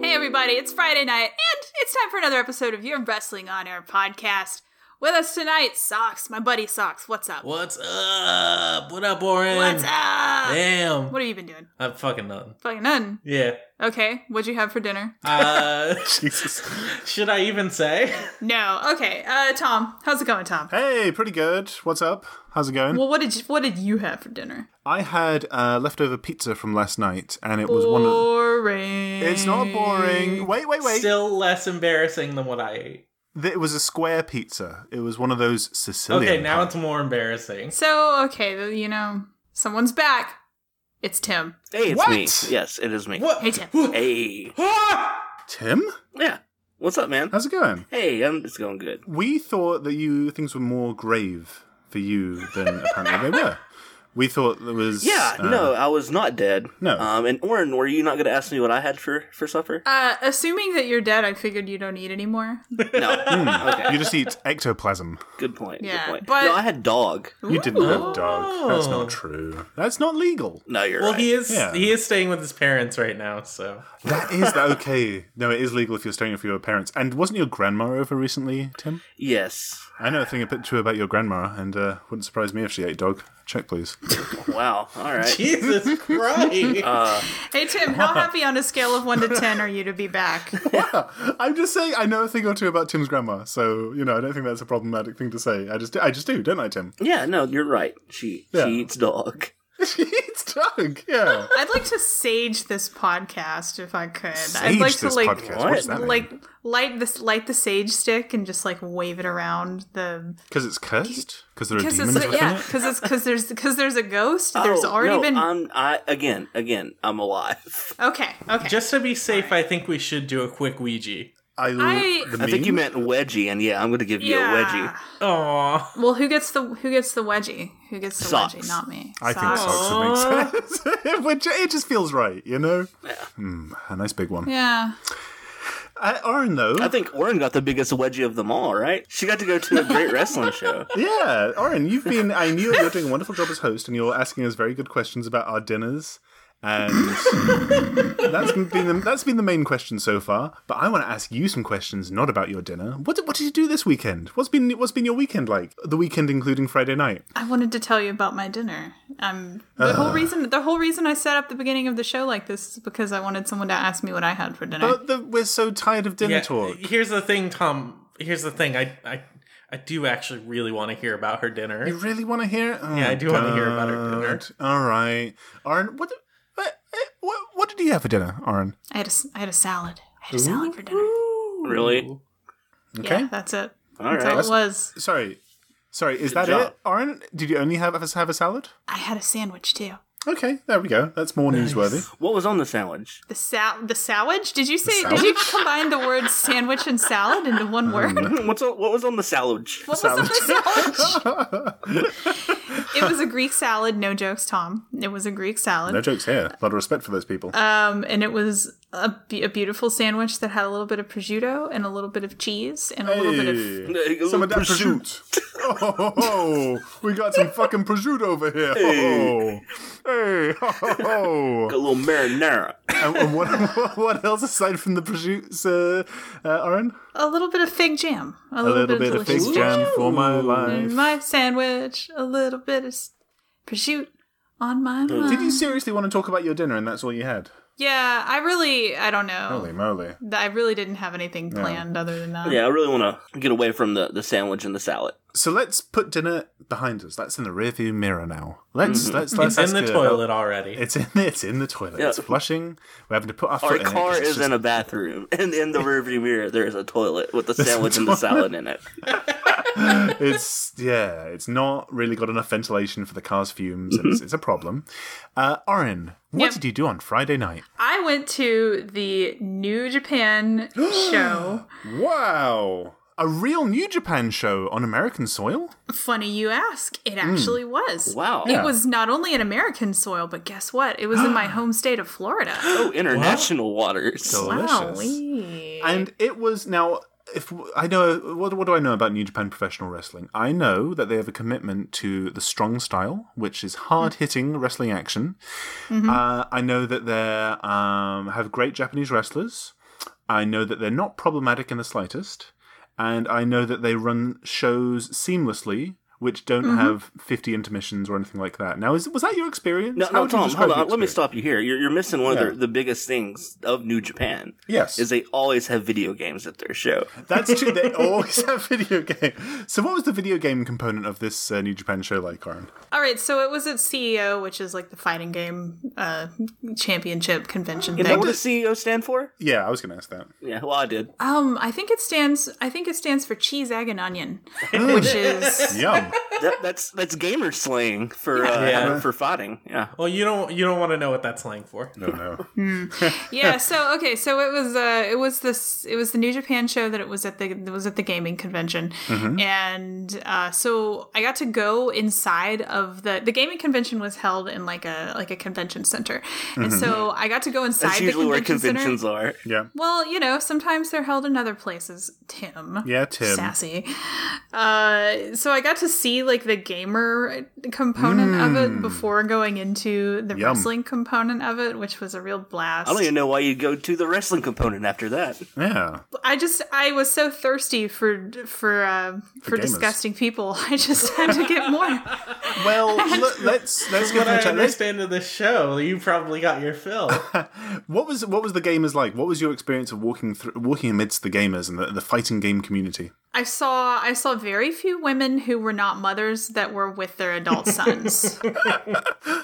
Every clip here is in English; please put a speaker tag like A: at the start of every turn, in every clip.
A: It's Friday night, and it's time for another episode of your Wrestling on Air podcast. With us tonight, Socks, my buddy Socks. What's up?
B: What's up? What up, Oren?
A: What's up?
B: Damn.
A: What have you been doing?
B: I'm fucking nothing.
A: Fucking none.
B: Yeah.
A: Okay, what'd you have for dinner?
B: Uh, Should I even say?
A: No. Okay. Uh, Tom, how's it going, Tom?
C: Hey, pretty good. What's up? How's it going?
A: Well, what did you, what did you have for dinner?
C: I had uh, leftover pizza from last night, and it was one of. the-
A: Boring.
C: It's not boring. Wait, wait, wait.
B: Still less embarrassing than what I ate.
C: Th- it was a square pizza. It was one of those Sicilian.
B: Okay, now
C: kind.
B: it's more embarrassing.
A: So okay, th- you know, someone's back. It's Tim.
D: Hey, it's
C: What?
D: me. Yes, it is me.
B: What?
A: Hey, Tim.
D: Hey.
B: Ah!
C: Tim,
D: Yeah. What's up, man?
C: how's it going?
D: Hey, um, it's going good.
C: We thought that you things were more grave for you than apparently they were. We thought there was.
D: Yeah,
C: uh,
D: no, I was not dead.
C: No.
D: Um, and Oren, were you not going to ask me what I had for for supper?
A: Uh, assuming that you're dead, I figured you don't eat anymore.
D: No.
C: Hmm. You just eat ectoplasm.
D: good point.
A: Yeah,
D: good point.
A: but-
D: no, I had dog.
C: You didn't have dog. That's not true. That's not legal.
D: No, you're
B: Well,
D: right.
B: he is
C: Yeah.
B: he is staying with his parents right now, so
C: That is that okay. No, it is legal if you're staying with your parents. And wasn't your grandma over recently, Tim?
D: yes.
C: I know a thing or two about your grandma, and uh, wouldn't surprise me if she ate dog. Check, please.
D: Wow. All right.
B: Jesus Christ!
D: Uh,
A: Hey Tim, how happy on a scale of one to ten are you to be back?
C: I'm just saying I know a thing or two about Tim's grandma, so you know I don't think that's a problematic thing to say. I just, I just do, don't I, Tim?
D: yeah. No, you're right. She
C: Yeah.
D: she eats dog.
C: she eats dog. Yeah.
A: I'd like to sage this podcast if I could. I'd
C: Sage
A: like to
C: this
A: like
C: podcast. What does that mean?
A: like light this light the sage stick and just like wave it around the
C: Because it's cursed. Because there are
A: because
C: demons
A: it's
C: within
A: yeah
C: it.
A: because it's because there's because there's a ghost. there's
D: Oh,
A: already
D: no,
A: been
D: I'm, I again again. I'm alive.
A: okay okay.
B: Just to be safe, I think we should do a quick Ouija.
C: I,
A: I-
C: the
D: I think you
C: meme?
D: meant wedgie, and yeah, I'm going to give you a wedgie.
B: Aww.
A: Well, who gets the who gets the wedgie? Who gets the
D: Socks.
A: wedgie? Not me.
C: I think socks would make sense. It would ju- it just feels right, you know. Yeah. a nice big one.
A: Yeah.
C: Uh, Oren though,
D: I think Oren got the biggest wedgie of them all, right? She got to go to a great wrestling show.
C: Yeah, Oren, you've been. I knew you're doing a wonderful job as host, and you're asking us very good questions about our dinners, and that's been the, that's been the main question so far. But I want to ask you some questions, not about your dinner. What did- what did you do this weekend? What's been what's been your weekend like? The weekend including Friday night.
A: I wanted to tell you about my dinner. Um, the
C: Uh.
A: whole reason the whole reason I set up the beginning of the show like this is because I wanted someone to ask me what I had for dinner.
C: But the, we're so tired of dinner
B: Yeah,
C: talk.
B: Here's the thing, Tom. Here's the thing. I I, I do actually really want to hear about her dinner.
C: You really want to hear? it? Oh,
B: Yeah, I do wanna hear about our
C: God.
B: dinner.
C: All right, Oren, what, what what what did you have for dinner, Oren?
A: I had a s- I had a salad. I had a salad for dinner.
D: Really?
C: Okay.
A: Yeah, that's it.
D: All
A: that's
D: right.
A: all it was.
C: Sorry. Sorry, is that
D: job.
C: it, Oren? Did you only have have a salad?
A: I had a sandwich too.
C: Okay, there we go. That's more newsworthy.
D: What was on the sandwich?
A: The sa- the sandwich? Did you say? Did you combine the words sandwich and salad into
C: Mm.
A: one word?
D: What's on, what was on the sandwich?
A: What was on the salad? it was a Greek salad. No jokes, Tom. It was a Greek salad.
C: No jokes here. A lot of respect for those people.
A: Um, and it was a, be- a beautiful sandwich that had a little bit of prosciutto and a little bit of cheese and a little bit of.
C: Hey, some of that prosciutto. Oh, ho, ho. we got some fucking prosciutto over here. Hey, hey, ho, ho, ho.
D: A little marinara.
C: and, and what, what else aside from the prosciutto, uh, uh, Oren?
A: A little bit of fig jam. A
C: A
A: little,
C: little bit of
A: delicious
C: fig jam for my life.
A: in my sandwich. A little bit of s- prosciutto on my mind.
C: Did you seriously want to talk about your dinner and that's all you had?
A: yeah, I really, I don't
C: Holy
A: know.
C: moly.
A: I really didn't have anything planned other than that.
D: Yeah, I really want to get away from the, the sandwich and the salad.
C: So let's put dinner behind us. That's in the rearview mirror now. Let's
D: Mm-hmm.
C: let's let's
B: It's in the
C: ask her
B: toilet already.
C: It's in the, it's in the toilet.
D: Yeah.
C: It's flushing. We're having to put our
D: Our
C: foot in it 'cause
D: car
C: it's
D: is
C: just-
D: in a bathroom, and in the rearview mirror there is a toilet with the sandwich and the salad in it.
C: It's yeah. It's not really got enough ventilation for the car's fumes, and
D: Mm-hmm.
C: it's, it's a problem. Uh, Oren, what
A: Yep.
C: did you do on Friday night?
A: I went to the New Japan show.
C: Wow, a real New Japan show on American soil.
A: Funny you ask. It actually was.
D: Hmm. Wow.
A: It was not only in American soil, but guess what? It was in my home state of Florida.
D: Oh, international waters.
C: Delicious.
A: Wowee.
C: And it was now. If I know what, what do I know about New Japan professional wrestling? I know that they have a commitment to the strong style, which is hard hitting wrestling Mm-hmm.
D: Mm-hmm.
C: action. Uh, I know that they um, have great Japanese wrestlers. I know that they're not problematic in the slightest, and I know that they run shows seamlessly, which don't
D: Mm-hmm.
C: have fifty intermissions or anything like that. Now, is was that your experience?
D: No,
C: How
D: no,
C: would you
D: Tom,
C: describe
D: hold
C: your
D: on. Let me
C: experience?
D: stop you here. You're, you're missing one
C: Yeah.
D: of the, the biggest things of New Japan.
C: Yes.
D: Is they always have video games at their show.
C: That's true. They always have video game. So, what was the video game component of this uh, New Japan show like, Aaron?
A: All right, so it was at CEO, which is like the fighting game uh, championship convention
D: Is that
A: thing.
D: what does CEO stand for?
C: Yeah, I was going to ask that.
D: Yeah, well, I did.
A: Um, I think it stands. I think it stands for cheese, egg, and onion,
D: Hmm.
A: which is
C: Yum.
D: That, that's that's gamer slang for uh,
B: Yeah.
D: for fighting. Yeah.
B: Well, you don't you don't want to know what that's slang for.
C: No, no.
A: Hmm. yeah. So okay, so it was uh, it was this it was the New Japan show that it was at the that was at the gaming convention,
D: Mm-hmm.
A: and uh, so I got to go inside of the the gaming convention was held in like a like a convention center, and so I got to go inside
D: Mm-hmm. That's
A: the
D: usually
A: convention center.
D: where conventions are.
C: Yeah.
A: Well, you know, sometimes they're held in other places. Tim.
C: Yeah, Tim.
A: Sassy. Uh, so I got to see like the gamer component of
D: Hmm.
A: it before going into the
C: Yum.
A: wrestling component of it, which was a real blast.
D: I don't even know why you'd go to the wrestling component after that.
C: Yeah.
A: I just I was so thirsty for for uh, for,
C: gamers.
A: disgusting people. I just had to get more.
C: Well, let, let's let's get
B: But I
C: into let's,
B: understand of this show, Oh, you probably got your fill.
C: what was what was the gamers like? What was your experience of walking through walking amidst the gamers and the, the fighting game community?
A: I saw I saw very few women who were not mothers that were with their adult sons.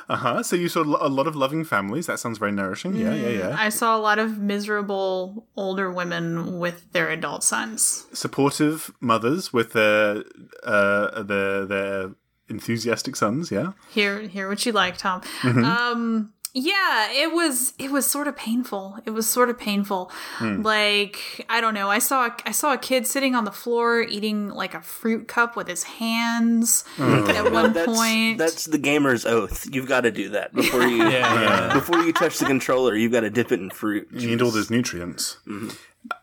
C: Uh huh. So you saw lo- a lot of loving families. That sounds very nourishing. Yeah,
B: Mm,
C: yeah, yeah.
A: I saw a lot of miserable older women with their adult sons.
C: Supportive mothers with their uh, their their enthusiastic sons. Yeah.
A: Hear hear what you like, Tom.
C: Mm-hmm.
A: Um yeah, it was it was sort of painful. It was sort of painful.
C: Hmm.
A: Like I don't know. I saw a, I saw a kid sitting on the floor eating like a fruit cup with his hands
C: Oh. Hmm.
A: at one
D: That's
A: point.
D: that's the gamer's oath. You've got to do that before you
B: Yeah.
D: before you touch the controller. You've got to dip it in fruit.
C: You need all those nutrients. Mm-hmm.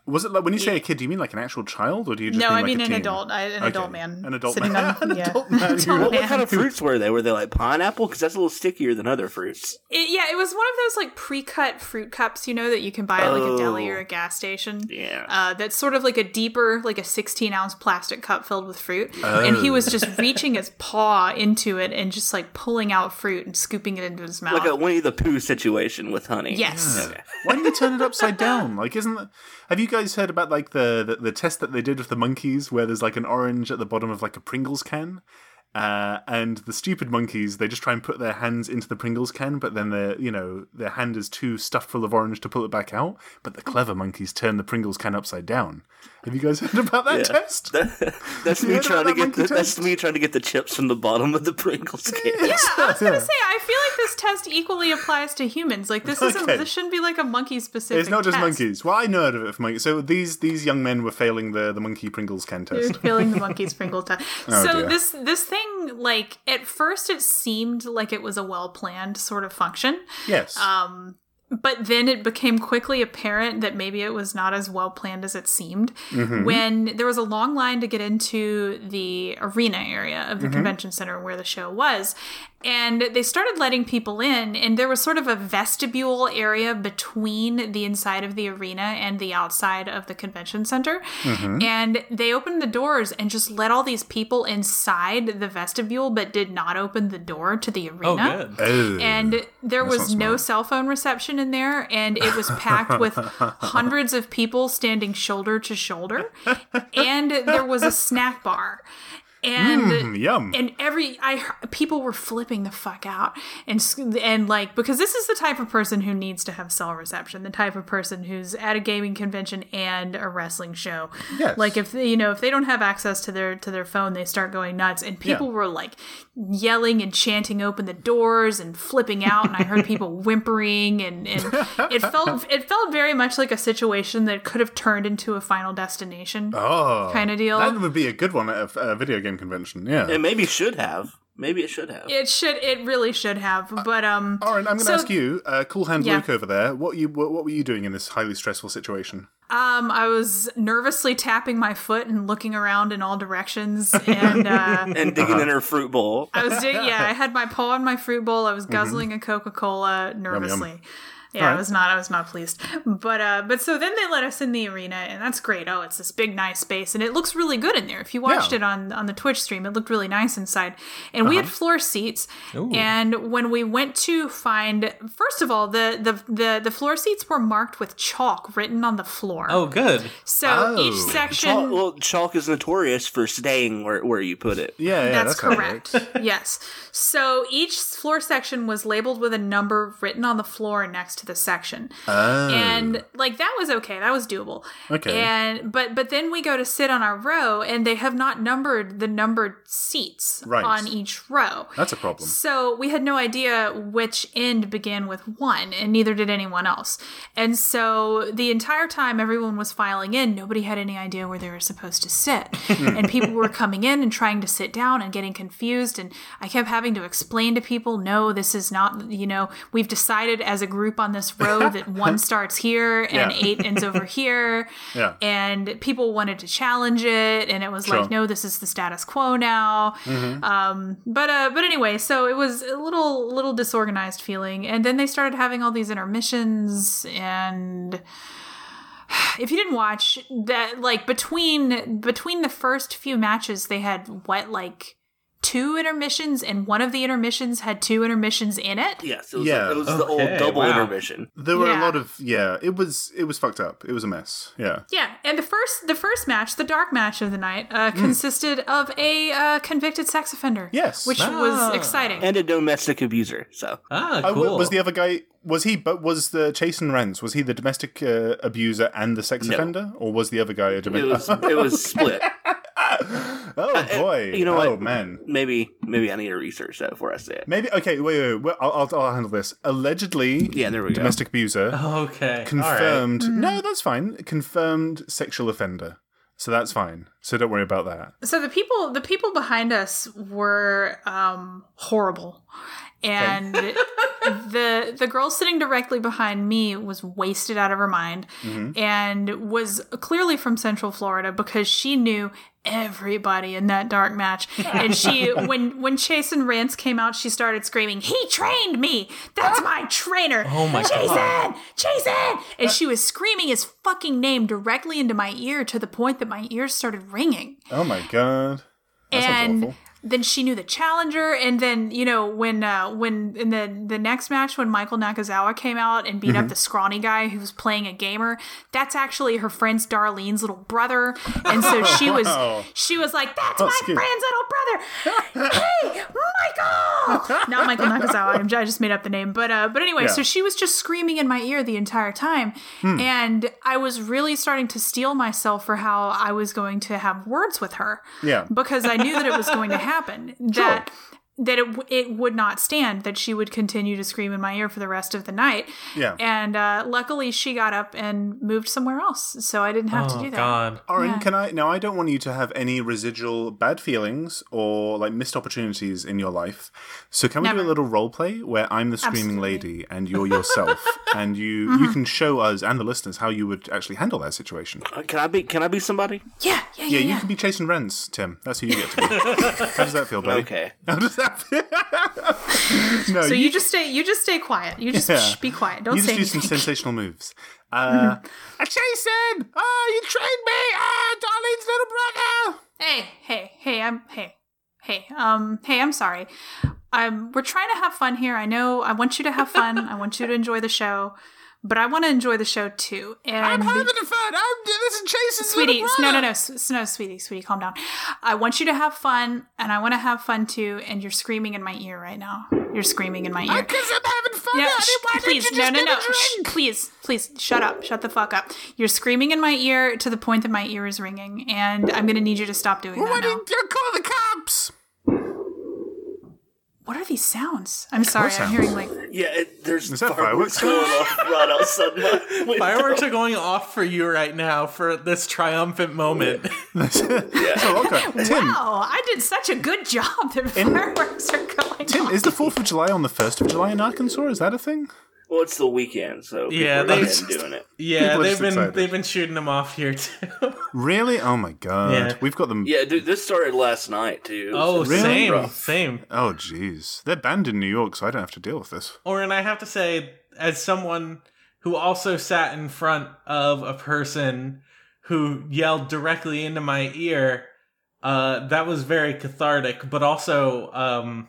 C: Was it like when you say a kid? Do you mean like an actual child, or do you just
A: no,
C: mean
A: I
C: like
A: mean
C: a
A: an
C: teen?
A: adult, I, an adult
C: Okay.
A: man,
C: An adult
A: sitting
C: man.
A: on
C: An
A: yeah.
C: adult man who-
A: Adult
C: What-
D: What kind of fruits were they? Were they like pineapple? Because that's a little stickier than other fruits.
A: It- yeah, it was one of those like pre-cut fruit cups, you know, that you can buy at like a deli
D: Oh.
A: or a gas station.
D: Yeah.
A: Uh, that's sort of like a deeper, like a 16 ounce plastic cup filled with fruit. And he was just reaching his paw into it and just like pulling out fruit and scooping it into his mouth.
D: Like a Winnie the Pooh situation with honey.
A: yes.
C: Why do you turn it upside down? Like, isn't that, have you guys heard about like the, the the test that they did with the monkeys, where there's like an orange at the bottom of like a Pringles can, uh, and the stupid monkeys they just try and put their hands into the Pringles can, but then their you know their hand is too stuffed full of orange to pull it back out. But the clever monkeys turn the Pringles can upside down. Have you guys heard about that test?
D: That's
C: You
D: me
C: heard
D: trying to
C: about that
D: get the,
C: monkey
D: that's
C: test?
D: me trying to get the chips from the bottom of the Pringles can.
C: yeah,
A: I was gonna say, I feel like this test equally applies to humans. Like this isn't,
C: Okay.
A: this shouldn't be like a monkey specific.
C: It's not just
A: test.
C: monkeys. Well, I know of it for monkeys. So these these young men were failing the the monkey Pringles can test.
A: You're killing the monkey's Pringle test. so
C: Oh, dear.
A: this this thing, like at first, it seemed like it was a well planned sort of function, Um,
C: Yes.
A: but then it became quickly apparent that maybe it was not as well planned as it seemed.
C: Mm-hmm.
A: When there was a long line to get into the arena area of the
C: Mm-hmm.
A: convention center where the show was, and they started letting people in, and there was sort of a vestibule area between the inside of the arena and the outside of the convention center. And they opened the doors and just let all these people inside the vestibule, but did not open the door to the arena
B: Oh, good.
C: Oh.
A: and there was
C: sounds
A: no
C: smart.
A: cell phone reception in there and it was packed with hundreds of people standing shoulder to shoulder and there was a snack bar and
C: Mm, yum.
A: and every I heard- people were flipping the fuck out and s- and like because this is the type of person who needs to have cell reception, the type of person who's at a gaming convention and a wrestling show.
C: Yes.
A: Like if they, you know if they don't have access to their to their phone, they start going nuts. And people
C: Yeah.
A: were like yelling and chanting open the doors and flipping out and I heard people whimpering and, and it felt it felt very much like a situation that could have turned into a final destination
C: Oh,
A: kind of deal.
C: That would be a good one at a, a video game convention. Yeah.
D: It maybe should have. Maybe it should have.
A: it should it really should have. But um
C: Oren, Uh, I'm going to
A: so-
C: ask you, uh, cool hand
A: Yeah.
C: Luke over there. What you what, what were you doing in this highly stressful situation?
A: Um, I was nervously tapping my foot and looking around in all directions, and uh,
D: And
C: Uh-huh.
D: digging in her fruit bowl.
A: I was doing yeah. I had my paw in my fruit bowl. I was guzzling a Coca Cola nervously. Yeah, I was not. I was not pleased. But uh, but so then they let us in the arena, and that's great. Oh, it's this big, nice space, and it looks really good in there. If you watched
C: Yeah.
A: it on on the Twitch stream, it looked really nice inside. And we had floor seats. And when we went to find, first of all, the the the, the floor seats were marked with chalk written on the floor.
B: Oh, good.
A: so
C: Oh.
A: each section.
D: Chalk, well, chalk is notorious for staying where, where you put it.
C: Oh, Yeah, yeah,
A: That's,
C: that's, how it
A: correct.
C: works.
A: yes. So each floor section was labeled with a number written on the floor next to the section.
C: Oh.
A: And like that was okay. That was doable.
C: Okay.
A: And but but then we go to sit on our row and they have not numbered the numbered seats
C: Right.
A: on each row.
C: That's a problem.
A: So we had no idea which end began with one, and neither did anyone else. And so the entire time everyone was filing in, nobody had any idea where they were supposed to sit.
C: Hmm.
A: and people were coming in and trying to sit down and getting confused. And I kept having to explain to people, no, this is not, you know, we've decided as a group on this road that one starts here and
C: Yeah.
A: eight ends over here.
C: Yeah.
A: And people wanted to challenge it. And it was
C: Sure.
A: like, no, this is the status quo now
D: Mm-hmm.
A: but uh but anyway so it was a little little disorganized feeling and then they started having all these intermissions and if you didn't watch that like between between the first few matches they had what like two intermissions and one of the intermissions had two intermissions in it
D: Yes, it was,
C: Yeah.
D: it was the
B: Okay,
D: old double
B: wow.
D: intermission.
C: There were
A: Yeah.
C: a lot of yeah. It was it was fucked up. It was a mess. Yeah.
A: yeah and the first the first match the dark match of the night uh,
C: Mm.
A: consisted of a uh, convicted sex offender
C: Yes.
A: which
B: Ah.
A: was exciting
D: And a domestic abuser, so.
B: Ah,
C: Uh,
B: cool.
C: wa- was the other guy? Was he? But was the Chase and Rance? Was he the domestic uh, abuser and the sex
D: No.
C: offender, or was the other guy a
D: It
C: domestic?
D: was it was split. Uh,
C: oh boy!
D: you know
C: oh
D: what?
C: man!
D: Maybe maybe I need to research that before I say it.
C: Maybe okay. Wait, wait. wait I'll, I'll, I'll handle this. Allegedly,
D: Yeah, there we go.
C: domestic abuser
B: okay. Confirmed.
C: confirmed. No, that's fine. Confirmed sexual offender. So that's fine. So don't worry about that.
A: so the people the people behind us were um horrible and the the girl sitting directly behind me was wasted out of her mind
C: Mm-hmm.
A: and was clearly from central florida because she knew everybody in that dark match and she when when chase and rance came out she started screaming he trained me that's my trainer
B: Oh my
A: jason
B: God.
A: jason and she was screaming his fucking name directly into my ear to the point that my ears started ringing
C: Oh my god. That sounds
A: and
C: awful.
A: then she knew the challenger and then you know when uh when in the the next match when michael nakazawa came out and beat
C: Mm-hmm.
A: up the scrawny guy who was playing a gamer that's actually her friend's darlene's little brother and so she was
C: Wow.
A: she was like that's
C: Oh,
A: my
C: excuse-
A: friend's little brother hey michael not michael nakazawa I'm- i just made up the name but uh but anyway
C: Yeah. Hmm.
A: so she was just screaming in my ear the entire time and i was really starting to steel myself for how i was going to have words with her
C: Yeah.
A: because I knew that it was going to happen. That that it w- it would not stand. That she would continue to scream in my ear for the rest of the night.
C: Yeah.
A: And uh, luckily, she got up and moved somewhere else, so I didn't have to
B: Oh
A: do that.
B: God.
C: Orin, can I now I don't want you to have any residual bad feelings or like missed opportunities in your life. So can we do
A: Never.
C: a little role play where I'm the screaming lady and you're yourself and you you
A: Mm-hmm.
C: can show us and the listeners how you would actually handle that situation.
D: Uh, Can I be can I be somebody?
A: Yeah, yeah, yeah,
C: Yeah,
A: yeah.
C: you can be chasing Ren's, Tim. That's who you get to be. how does that feel, buddy?
D: Okay.
C: How does that feel? no,
A: so you just stay. You just stay quiet. You just
C: Yeah.
A: shh, be quiet. Don't
C: you
A: say
C: just do some
A: anything.
C: sensational moves. Uh, Jason! Oh, you trained me! Ah, Darlene's little brother!
A: hey, hey, hey! I'm hey, hey, um, hey! I'm sorry. Um, we're trying to have fun here. I know. I want you to have fun. I want you to enjoy the show, but I want to enjoy the show too. And
C: I'm having fun. I'm, this is Jason's
A: sweetie,
C: little
A: s- no,
C: brother.
A: no, no, s- s- no, sweetie, sweetie, calm down. I want you to have fun, and I want to have fun too. And you're screaming in my ear right now. You're screaming in my ear.
C: Because I'm having fun.
A: No,
C: Daddy.
A: sh-
C: Why don't
A: please,
C: you
A: no,
C: just
A: no,
C: get
A: no.
C: a
A: Shh,
C: drink?
A: please, please, shut up. Shut the fuck up. You're screaming in my ear to the point that my ear is ringing, and I'm going to need you to stop doing
C: Why
A: that. Now.
C: don't you call the cops?
A: What are these sounds? I'm sorry, I'm
C: sounds.
A: hearing like.
D: Yeah, it, there's
C: Is that
D: fireworks
C: fireworks?
D: going off right outside my window.
B: Fireworks are going off for you right now for this triumphant moment.
C: It's a locker. Oh, Tim,
A: Wow, I did such a good job. The fireworks are going.
C: Tim,
A: off.
C: is the 4th of July on the 1st of July in Arkansas? Is that a thing?
D: Well, it's the weekend, so
B: Yeah,
D: yeah,
B: they-
D: they're doing it.
B: yeah,
C: People are
B: they've
C: just
B: been
C: excited.
B: they've been shooting them off here too.
C: Really? Oh my god.
B: Yeah.
C: We've got them.
D: Yeah, dude, this started last night too.
B: Oh, same,
D: Rough.
B: same.
C: Oh, jeez. They're banned in New York, so I don't have to deal with this.
B: Or and I have to say, as someone who also sat in front of a person who yelled directly into my ear, uh, that was very cathartic. But also, um,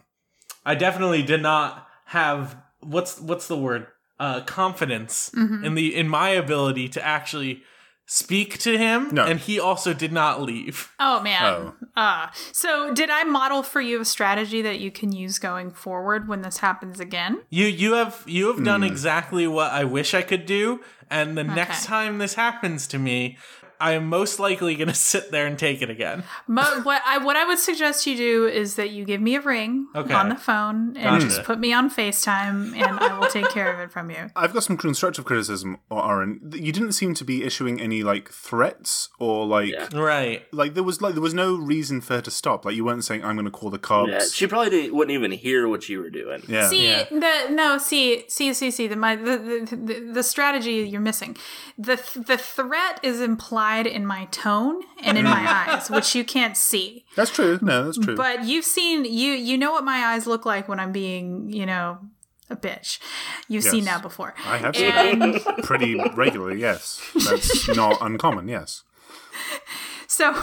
B: I definitely did not have what's what's the word uh, confidence
A: Mhm.
B: in the in my ability to actually speak to him,
C: No.
B: and he also did not leave.
A: Oh man.
C: Oh.
A: Uh, so did I model for you a strategy that you can use going forward when this happens again?
B: You you have you have
D: Hmm.
B: done exactly what I wish I could do, and the next
A: Okay.
B: time this happens to me, I am most likely going to sit there and take it again.
A: Mo- what I what I would suggest you do is that you give me a ring
B: Okay.
A: on the phone and
B: Gotcha.
A: just put me on FaceTime and I will take care of it from you.
C: I've got some constructive criticism, Aaron. You didn't seem to be issuing any like threats or like
D: Yeah.
B: Right.
C: like there was like there was no reason for her to stop. Like you weren't saying I'm going to call the
D: Yeah,
C: cops.
D: she probably didn't, wouldn't even hear what you were doing.
C: Yeah.
A: See
B: Yeah.
A: the no, see, see, see, see the my the, the, the, the strategy you're missing. The the threat is implied in my tone and in
B: Hmm.
A: my eyes, which you can't see.
C: That's true. No, that's true.
A: But you've seen you you know what my eyes look like when I'm being you know a bitch. You've
C: Yes.
A: seen that before.
C: I have seen that
A: And
C: pretty regularly. Yes, that's not uncommon. Yes.
A: so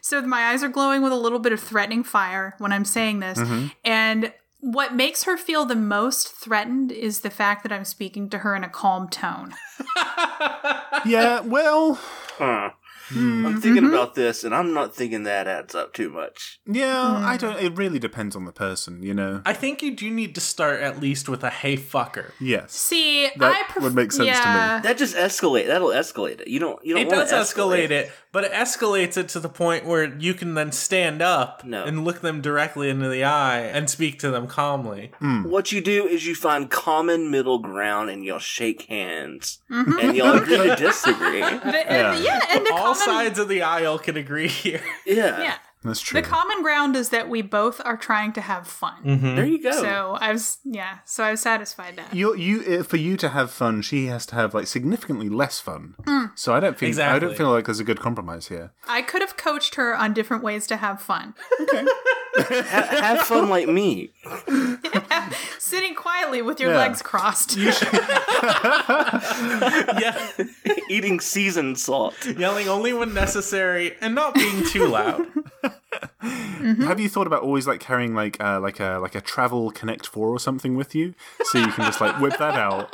A: so my eyes are glowing with a little bit of threatening fire when I'm saying this.
C: Mm-hmm.
A: And what makes her feel the most threatened is the fact that I'm speaking to her in a calm tone.
C: Yeah. Well. hmm.
D: Huh. I'm thinking
A: Mm-hmm.
D: about this, and I'm not thinking that adds up too much.
C: Yeah. I don't. It really depends on the person. You know.
B: Hmm. I think you do need to start at least with a hey fucker.
C: Yes.
A: See,
C: That
A: I pref-
C: would make sense to me.
A: yeah.
D: That just escalate. That'll escalate it. You don't. You don't.
B: It
D: wanna
B: does escalate it, but it escalates it to the point where you can then stand up
D: No.
B: and look them directly into the eye and speak to them calmly.
C: Hmm.
D: What you do is you find common middle ground, and you'll shake hands, and you'll agree to disagree.
A: Mm-hmm. The- yeah. and the
B: All
A: common
B: sides of the aisle can agree here.
A: yeah.
C: That's true.
A: The common ground is that we both are trying to have fun.
D: There you go.
A: So I was yeah, so I was satisfied that.
C: you you uh, for you to have fun, she has to have like significantly less fun.
A: Mm.
C: So I don't think I
B: Exactly.
C: don't feel like there's a good compromise here.
A: I could have coached her on different ways to have fun.
D: Ha- have fun like me.
A: Sitting quietly with your
C: Yeah.
A: legs crossed.
B: yeah,
D: Eating seasoned salt.
B: yelling only when necessary and not being too loud. Mm-hmm.
C: Have you thought about always like carrying like uh, like a like a travel Connect Four or something with you, so you can just like whip that out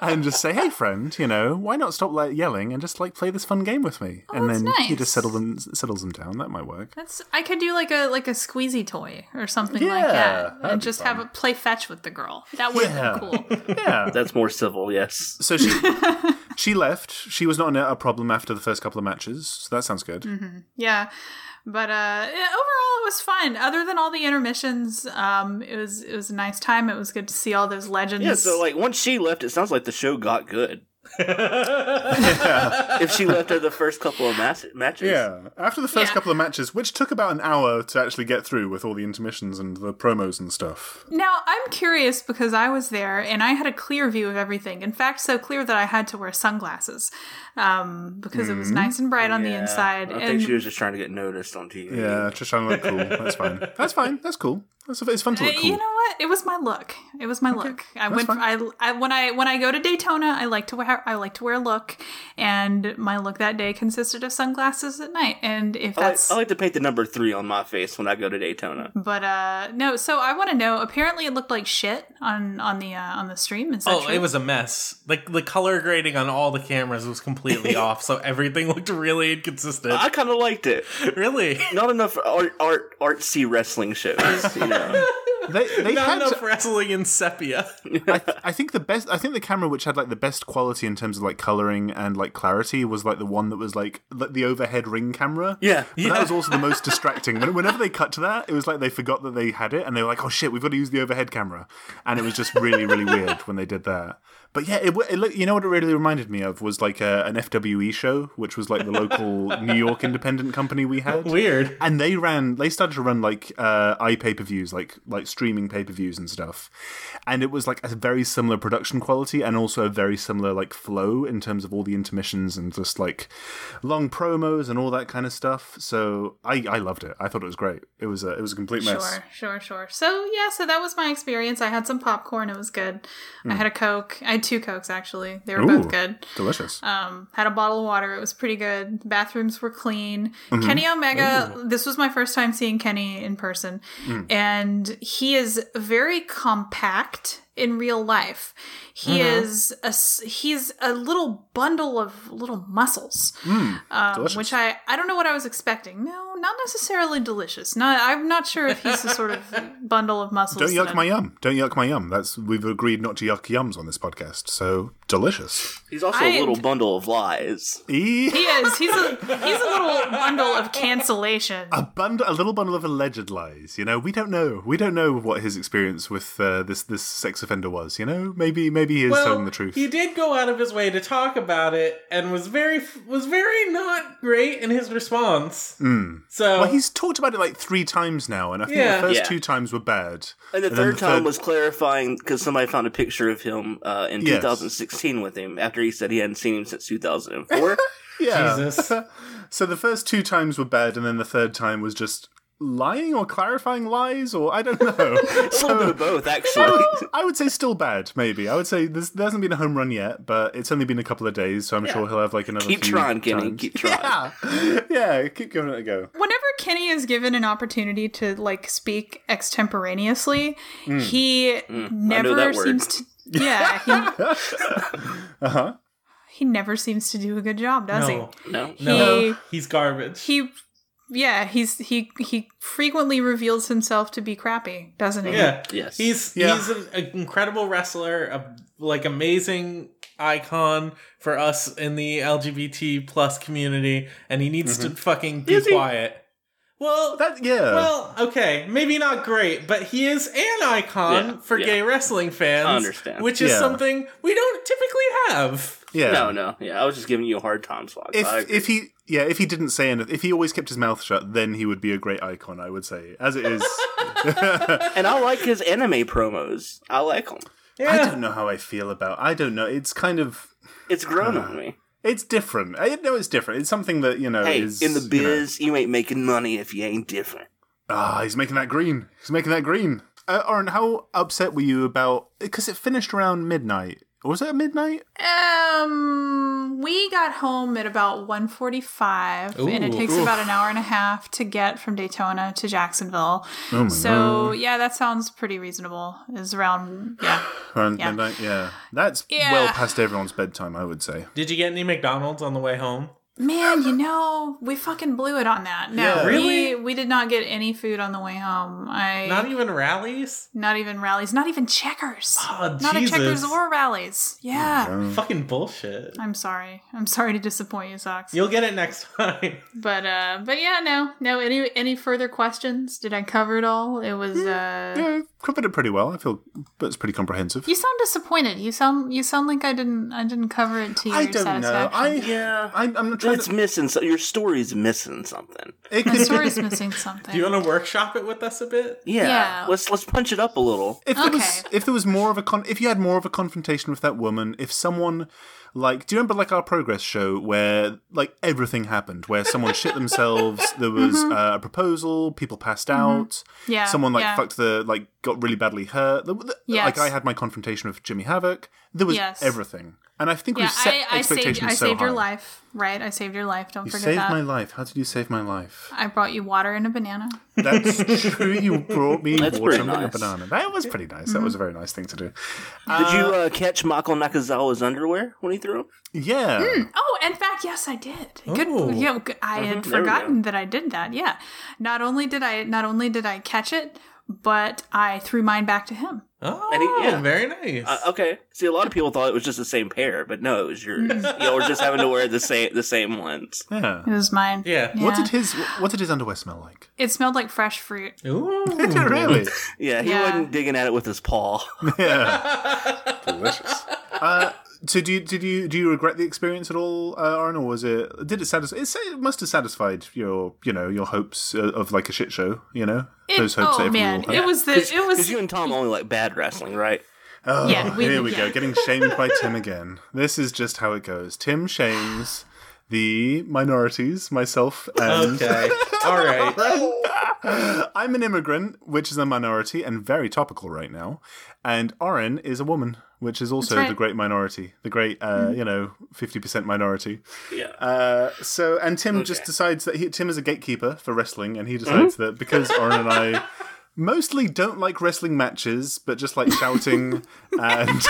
C: and just say, "Hey, friend, you know, why not stop like yelling and just like play this fun game with
B: Oh,
C: me?" and
A: that's
C: then he
A: nice.
C: just settle them settles them down. That might work.
A: That's I could do like a like a squeezy toy or something like
C: Yeah,
A: that,
C: that'd
A: and
C: be
A: just
C: fun.
A: have it play fetch with the girl. That would have been cool.
C: Yeah.
D: That's more civil. Yes.
C: so she she left. She was not a a problem after the first couple of matches. So that sounds good.
A: Yeah, but uh, yeah, overall it was fun. Other than all the intermissions, um, it was it was a nice time. It was good to see all those legends.
D: Yeah. So like once she left, it sounds like the show got good. If she left at the first couple of mas- matches.
C: Yeah. After the first
A: Yeah.
C: couple of matches, which took about an hour to actually get through with all the intermissions and the promos and stuff.
A: now I'm curious because I was there and I had a clear view of everything. In fact, so clear that I had to wear sunglasses um, because it
C: Mm-hmm.
A: was nice and bright on the
D: Yeah.
A: inside.
D: I
A: and
D: think she was just trying to get noticed on TV.
C: Yeah, just trying to look cool. That's fine. That's fine. That's cool. That's, it's fun to look
A: Uh,
C: cool.
A: You know what? It was my look. It was my look. I went.
C: fine.
A: I, I when I when I go to Daytona, I like to wear. I like to wear a look, and my look that day consisted of sunglasses at night. And if
D: Oh, I like,
A: that's
D: I like to paint the number three on my face when I go to Daytona.
A: but uh no, so I want to know. Apparently, it looked like shit on on the uh, on the stream. Is that
B: Oh,
A: true?
B: it was a mess. Like the color grading on all the cameras was completely off, so everything looked really inconsistent.
D: I kind of liked it.
B: really,
D: Not enough art, art, artsy wrestling shows. You know,
C: they they
B: not
C: had.
B: enough wrestling in sepia.
C: I, th- I think the best. I think the camera which had like the best quality in terms of like coloring and like clarity was like the one that was like the, the overhead ring camera.
D: Yeah.
C: But that was also the most distracting. When- Whenever they cut to that, it was like they forgot that they had it, and they were like, "Oh shit, we've got to use the overhead camera," and it was just really, really weird when they did that. But yeah, it, w- it look, you know what it really reminded me of was like a, an FWE show, which was like the local New York independent company we had.
B: Weird.
C: and they ran they started to run like uh i pay per views like like streaming pay per views and stuff. And it was like a very similar production quality and also a very similar like flow in terms of all the intermissions and just like long promos and all that kind of stuff. So I, I loved it. I thought it was great. It was a it was a complete mess.
A: Sure, sure, sure. So yeah, so that was my experience. I had some popcorn. It was good. I had a Coke. I had two Cokes actually. They were
C: Ooh.
A: both good.
C: Delicious.
A: Um, had a bottle of water. It was pretty good. Bathrooms were clean.
C: Mm-hmm.
A: Kenny Omega. This was my first time seeing Kenny in person,
C: Mm.
A: and he is very compact in real life. He
C: Mm-hmm.
A: is a s- he's a little bundle of little muscles um,
C: Delicious.
A: which I I don't know what I was expecting. No, not necessarily delicious. Not I'm not sure if he's a sort of bundle of muscles.
C: Don't
A: that
C: yuck
A: I'm-
C: my yum. Don't yuck my yum. That's we've agreed not to yuck yums on this podcast. So delicious.
D: He's also
A: I-
D: a little bundle of lies.
C: E-
A: He is. He's a he's a little bundle of cancellation.
C: a bundle, a little bundle of alleged lies. You know, we don't know. We don't know what his experience with uh, this this sex offender was. You know, maybe maybe he is telling the truth.
B: He did go out of his way to talk about it and was very was very not great in his response. So
C: Hmm. well, he's talked about it like three times now, and I think
B: Yeah.
C: the first
D: Yeah.
C: two times were bad.
D: And the
C: then
D: third time was clarifying because somebody found a picture of him uh, in
C: Yes.
D: 2016 with him after he said he hadn't seen him since 2004.
C: yeah.
B: Jesus.
C: so the first two times were bad, and then the third time was just lying or clarifying lies, or I don't know.
D: a little bit of both, actually.
C: I would say still bad, maybe. I would say there's, there hasn't been a home run yet, but it's only been a couple of days, so I'm sure he'll have like another.
D: Keep
C: few
D: trying, Kenny.
C: times.
D: Keep trying.
C: Yeah, yeah. Keep giving it a go.
A: Whenever Kenny is given an opportunity to like speak extemporaneously,
C: Mm.
A: he
D: Mm. I know that
A: never
D: word.
A: seems to. Yeah, he,
C: Uh huh.
A: he never seems to do a good job, does
B: no,
D: no.
A: he?
B: no,
A: He
B: he's garbage.
A: he yeah he's he he frequently reveals himself to be crappy doesn't he
B: yeah,
D: Yes.
B: he's
C: Yeah.
B: he's an, an incredible wrestler, a like amazing icon for us in the LGBT plus community, and he needs to fucking be
D: Is he?
B: quiet. Well,
C: That yeah.
B: Well, okay, maybe not great, but he is an icon
D: Yeah,
B: for
D: yeah.
B: gay wrestling fans.
D: I understand.
B: Which is
C: Yeah.
B: something we don't typically have.
C: yeah.
D: No, no. Yeah, I was just giving you a hard time, Fox.
C: If
D: I agree.
C: if he yeah if he didn't say anything if he always kept his mouth shut then he would be a great icon I would say as it is
D: and I like his anime promos. I like them.
B: Yeah.
C: I don't know how I feel about I don't know it's kind of uh,
D: It's grown on me.
C: it's different I know it's different it's something that you know
D: Hey,
C: is
D: in the
C: you know-
D: biz, you, ain't making money if you ain't different.
C: Ah, he's making that green. He's making that green. Uh, Oren, how upset were you about? Because it finished around midnight. Or was it at midnight?
A: Um, we got home at about 1:45, and it
B: Ooh.
A: takes about an hour and a half to get from Daytona to Jacksonville.
C: Oh my
A: So yeah, that sounds pretty reasonable. Is around yeah.
C: Around
A: Yeah.
C: midnight, yeah. That's
A: Yeah.
C: well past everyone's bedtime, Um, I would say.
B: Did you get any McDonald's on the way home?
A: Man, you know we fucking blew it on that. No,
C: Yeah.
B: Really?
A: we, we did not get any food on the way home. I
B: Not
A: not,
B: even rallies?
A: even rallies, not even checkers,
B: Oh,
A: not
B: Jesus. Oh
A: a checkers or rallies. Yeah,
C: Um,
B: Fucking bullshit.
A: I'm sorry. I'm sorry to disappoint you, Sox.
B: You'll get it next time.
A: But uh but yeah, no. No any any further questions? Did I cover it all? It was uh
C: Mm, yeah, covered it pretty well. I feel that's pretty comprehensive.
A: You sound disappointed. You sound you sound like I didn't I didn't cover it to your
C: I don't know. I
A: satisfaction.
D: Yeah.
C: I, I'm not trying
D: It's
C: to.
D: missing. So- your story's missing something.
C: It
A: My
C: could-
A: story's missing something.
B: Do you want to workshop it with us a bit?
D: Yeah.
A: Yeah.
D: Let's let's punch it up a little.
C: if there was
A: Okay.
C: if there was more of a con- if you had more of a confrontation with that woman, if someone like do you remember like our progress show where like everything happened where someone shit themselves there was uh, a proposal people passed out
A: Mm-hmm. Yeah,
C: someone like
A: yeah.
C: fucked the like got really badly hurt The- the-
A: Yes.
C: like I had my confrontation with Jimmy Havoc there was
A: Yes.
C: everything and I think we
A: yeah,
C: set
A: I, I
C: expectations
A: saved I
C: so
A: saved
C: high
A: your life, right? I saved your life. Don't
C: you
A: forget
C: saved
A: that.
C: my life how did you save my life
A: I brought you water and a banana.
C: that's true you brought me
D: That's
C: water
D: pretty
C: and a
D: nice.
C: banana that was pretty nice that was a very nice thing to do
D: Did you uh, catch Mako Nakazawa's underwear when he threw him?
C: yeah Oh.
A: Oh, in fact, yes, I did. Good.
B: Ooh.
A: You know, g-
C: Uh-huh.
A: I had
D: There we go.
A: forgotten that I did that. Yeah. Not only did I not only did I catch it, but I threw mine back to him.
B: Oh,
D: And it- yeah.
B: very nice.
D: Uh, okay. See, a lot of people thought it was just the same pair, but no, it was yours. Y'all were just having to wear the same the same ones.
C: yeah
A: It was mine.
B: Yeah.
C: What
A: Yeah.
C: did his What did his underwear smell like?
A: It smelled like fresh fruit.
B: Ooh.
C: really?
D: Yeah, he
A: Yeah.
D: wasn't digging at it with his paw.
C: yeah. Delicious. Uh, So do you, did you do you regret the experience at all, uh, Aaron, or was it did it satisfy? It, sa- it must have satisfied your you know your hopes uh, of like a shit show. You know
A: It-
C: those hopes. that
A: oh
C: everyone
A: man,
C: will have.
A: it was the it was
D: Because you and Tom only like bad wrestling, right?
C: Oh,
A: Yeah, we-
C: here we
A: yeah.
C: go. Getting shamed by Tim again. This is just how it goes. Tim shames the minorities, myself, and
B: Okay. All right.
C: I'm an immigrant, which is a minority and very topical right now. And Oren is a woman, which is also
A: That's right. Mm.
C: the great minority, the great, uh, you know, 50% minority.
D: Yeah.
C: Uh, so, and Tim just decides that he, Tim is a gatekeeper for wrestling,
A: Mm-hmm.
C: and he decides that because Oren and I mostly don't like wrestling matches, but just like shouting and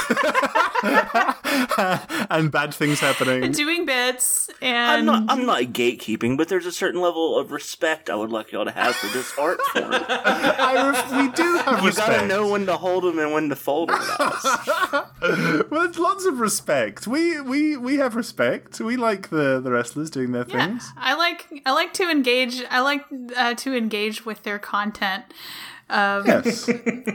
C: and bad things happening.
A: doing bits
D: I'm
A: and
D: not. I'm not gatekeeping, but there's a certain level of respect I would like y'all to have for this art form. you
C: I ref- we do have respect.
D: gotta know when to hold them and when to fold them.
C: well, it's lots of respect. We we we have respect. We like the the wrestlers doing their
A: Yeah,
C: things.
A: I like I like to engage. I like uh, to engage with their content. Um, yeah,
C: Yes.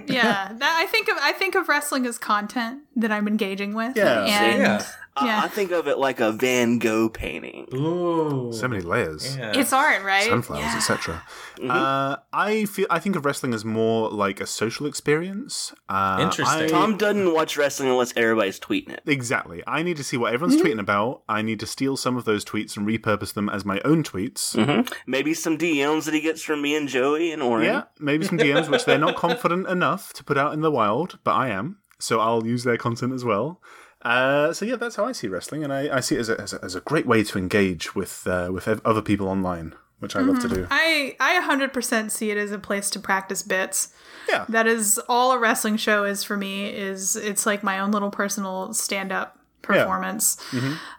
A: that, I think of I think of wrestling as content that I'm engaging with.
C: Yeah.
A: and
B: Yeah.
A: Yeah.
D: I, I think of it like a Van Gogh painting.
B: Ooh.
C: so many layers.
B: Yeah.
A: it's art, right?
C: Sunflowers,
A: Yeah.
C: etc.
D: Mm-hmm.
C: Uh, I feel I think of wrestling as more like a social experience. Uh,
B: Interesting.
C: I-
D: Tom doesn't watch wrestling unless everybody's tweeting it. Mm-hmm.
C: Exactly. I need to see what everyone's tweeting about. I need to steal some of those tweets and repurpose them as my own tweets.
D: Mm-hmm. Maybe some DMs that he gets from me and Joey and Oren.
C: Yeah, maybe some DMs which they're not confident enough to put out in the wild, but I am, so I'll use their content as well. Uh, so yeah, that's how I see wrestling, and I, I see it as a, as, a, as a great way to engage with uh, with ev- other people online, which I love
D: Mm-hmm.
C: to do.
A: Mm-hmm. I I 100% see it as a place to practice bits.
C: Yeah.
A: That is all a wrestling show is for me is it's like my own little personal stand-up performance.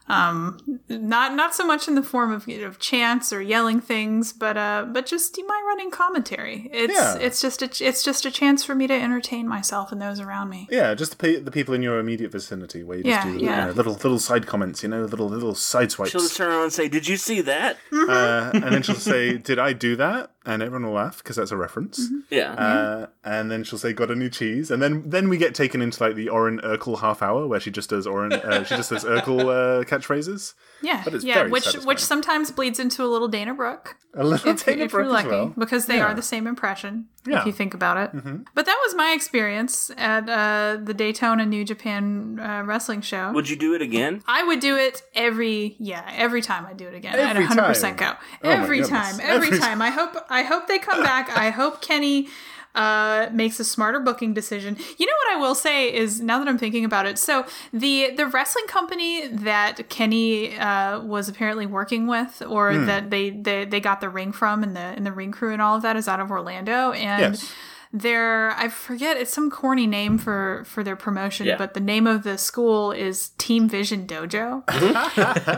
A: Um not not so much in the form of you know, chants or yelling things, but uh but just my running commentary. It's
C: Yeah.
A: it's just a it's just a chance for me to entertain myself and those around me.
C: Yeah, just the, pe- the people in your immediate vicinity where you just
A: Yeah,
C: do you
A: yeah.
C: know, little little side comments, you know, little little side
D: She'll just
C: swipes,
D: turn around and say, "Did you see that?"
A: Mm-hmm.
C: uh, and then she'll say, "Did I do that?" And everyone will laugh because that's a reference.
D: Mm-hmm.
A: Mm-hmm.
D: Yeah.
C: Uh, and then she'll say, "Got any cheese?" And then then we get taken into like the Oren Urkel half hour where she just does Oren, uh, she just does Urkel uh, catchphrases.
A: Yeah.
C: But it's
A: yeah,
C: very
A: which
C: satisfying.
A: which sometimes bleeds into a little Dana Brooke.
C: A little
A: if,
C: Dana
A: if you're
C: Brooke
A: lucky,
C: as well.
A: because they
C: Yeah.
A: are the same impression
C: Yeah.
A: if you think about it.
C: mm-hmm.
A: But that was my experience at uh, the Daytona New Japan uh, Wrestling Show.
D: Would you do it again?
A: I would do it every yeah every time I do it again. I'd
C: Every
A: 100%
C: time.
A: go
C: Oh my
A: every
C: goodness.
A: time every,
C: Every
A: time. I hope I hope they come back. I hope Kenny uh, makes a smarter booking decision. You know what I will say is now that I'm thinking about it. So the the wrestling company that Kenny uh, was apparently working with, or
C: Hmm.
A: that they, they they got the ring from, and the and the ring crew and all of that is out of Orlando and.
C: Yes.
A: Their I forget it's some corny name for for their promotion,
D: Yeah.
A: but the name of the school is Team Vision Dojo.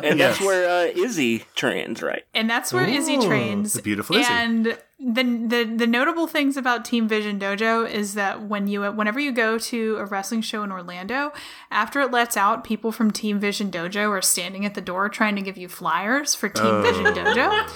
D: And that's where uh, Izzy trains, right?
A: and that's where Izzy
B: Ooh,
A: trains.
C: the beautiful Izzy.
A: And the, the the notable things about Team Vision Dojo is that when you whenever you go to a wrestling show in Orlando, after it lets out, people from Team Vision Dojo are standing at the door trying to give you flyers for Team Vision
C: Oh.
A: Dojo.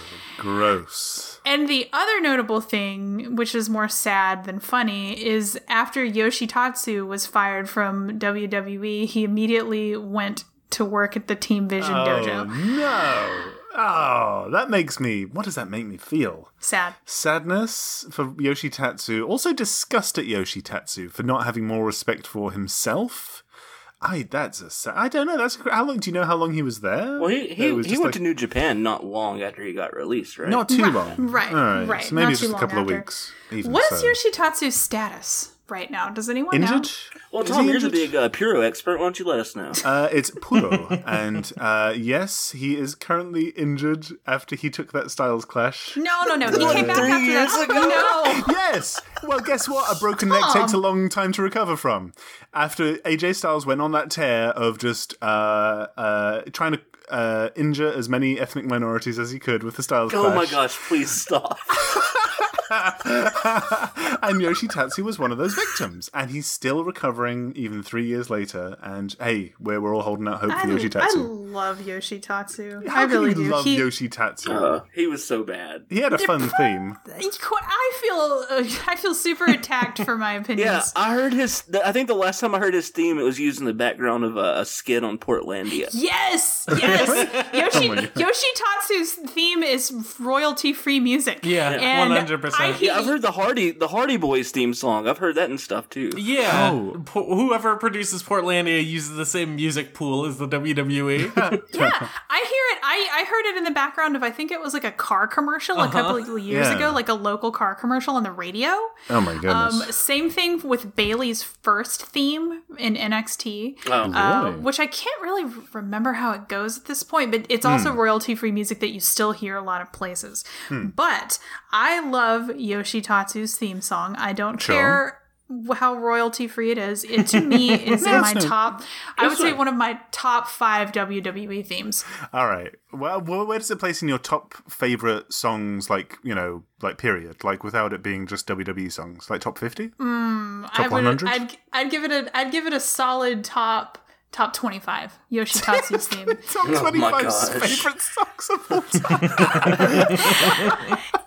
C: Gross.
A: And the other notable thing, which is more sad than funny, is after Yoshitatsu was fired from WWE, he immediately went to work at the Team Vision
C: Oh
A: Dojo.
C: no. Oh, that makes me. What does that make me feel?
A: Sad.
C: Sadness for Yoshitatsu. Also disgust at Yoshitatsu for not having more respect for himself. I that's a sad. I don't know. That's how long? Do you know how long he was
A: Uh,
C: there?
D: Well, he
C: It
D: he,
C: was
D: he
C: just
D: went
C: like-
D: to New Japan not long after he got released, right?
C: Not too long.
A: right, right,
C: So maybe
A: not
C: it's
A: too
C: just a
A: long
C: couple
A: after.
C: of weeks. Even
A: What is
C: so.
A: Yoshitatsu's status right now? Does anyone
C: injured?
A: know?
D: Well,
C: Is
D: Tom,
C: he
D: you're the
C: injured?
D: big uh, Puro expert. Why don't you let us know?
C: Uh, it's Puro, and uh, yes, he is currently injured after he took that Styles clash.
A: No, no, no. He came back
D: three
A: after
D: years
A: that.
D: ago?
A: No.
C: Oh, Yes. Well, guess what? A broken neck takes a long time to recover from. After AJ Styles went on that tear of just uh, uh, trying to uh, injure as many ethnic minorities as he could with the Styles
D: Oh
C: clash.
D: my gosh! Please stop.
C: and Yoshi Tatsu was one of those victims, and he's still recovering even three years later. And hey, we're, we're all holding out hope
A: I,
C: for Yoshi
A: I
C: Tatsu.
A: love Yoshitatsu.
C: How
A: I
C: can
A: really
C: you
A: do.
C: love
A: He-
C: Yoshi Tatsu?
D: Uh, he was so bad.
C: he had a fun theme.
A: I feel I feel super attacked for my opinions.
D: Yeah, I heard his. th- I think the last time I heard his theme, it was used in the background of a, a skit on Portlandia.
A: Yes, yes. Yoshi
C: Oh my God.
A: Yoshitatsu's theme is royalty-free music.
B: Yeah,
A: And
B: 100%.
A: I hate-
D: Yeah, I've heard the Hardy the Hardy Boys theme song. I've heard that and stuff too.
B: Yeah,
C: Oh.
B: Po- whoever produces Portlandia uses the same music pool as the E. WWE.
A: Yeah, I hear it. I, I heard it in the background of I think it was like a car commercial a couple of years
C: Yeah.
A: ago, like a local car commercial on the radio.
C: Oh my
A: Um,
C: goodness!
A: same thing with Bailey's first theme in NXT,
D: Oh.
A: uh,
C: Really?
A: which I can't really r- remember how it goes at this point, but
C: Hmm.
A: it's also royalty free music that you still hear a lot of places.
C: Hmm.
A: But I love Yoshitatsu's theme song. I don't
C: Sure.
A: care wh- how royalty free it is. It to me is in my
C: That's not-
A: top. I would say one of my top five WWE themes.
C: All right. Well, wh- where does it place in your top favorite songs? Like you know, like period, like without it being just WWE songs, like top fifty.
A: Mm, I would,
C: 100?
A: I'd, I'd give it a I'd give it a solid top top twenty five. Yoshitatsu's theme.
C: Top
D: Oh my
C: twenty-five
D: gosh.
C: favorite songs of all time.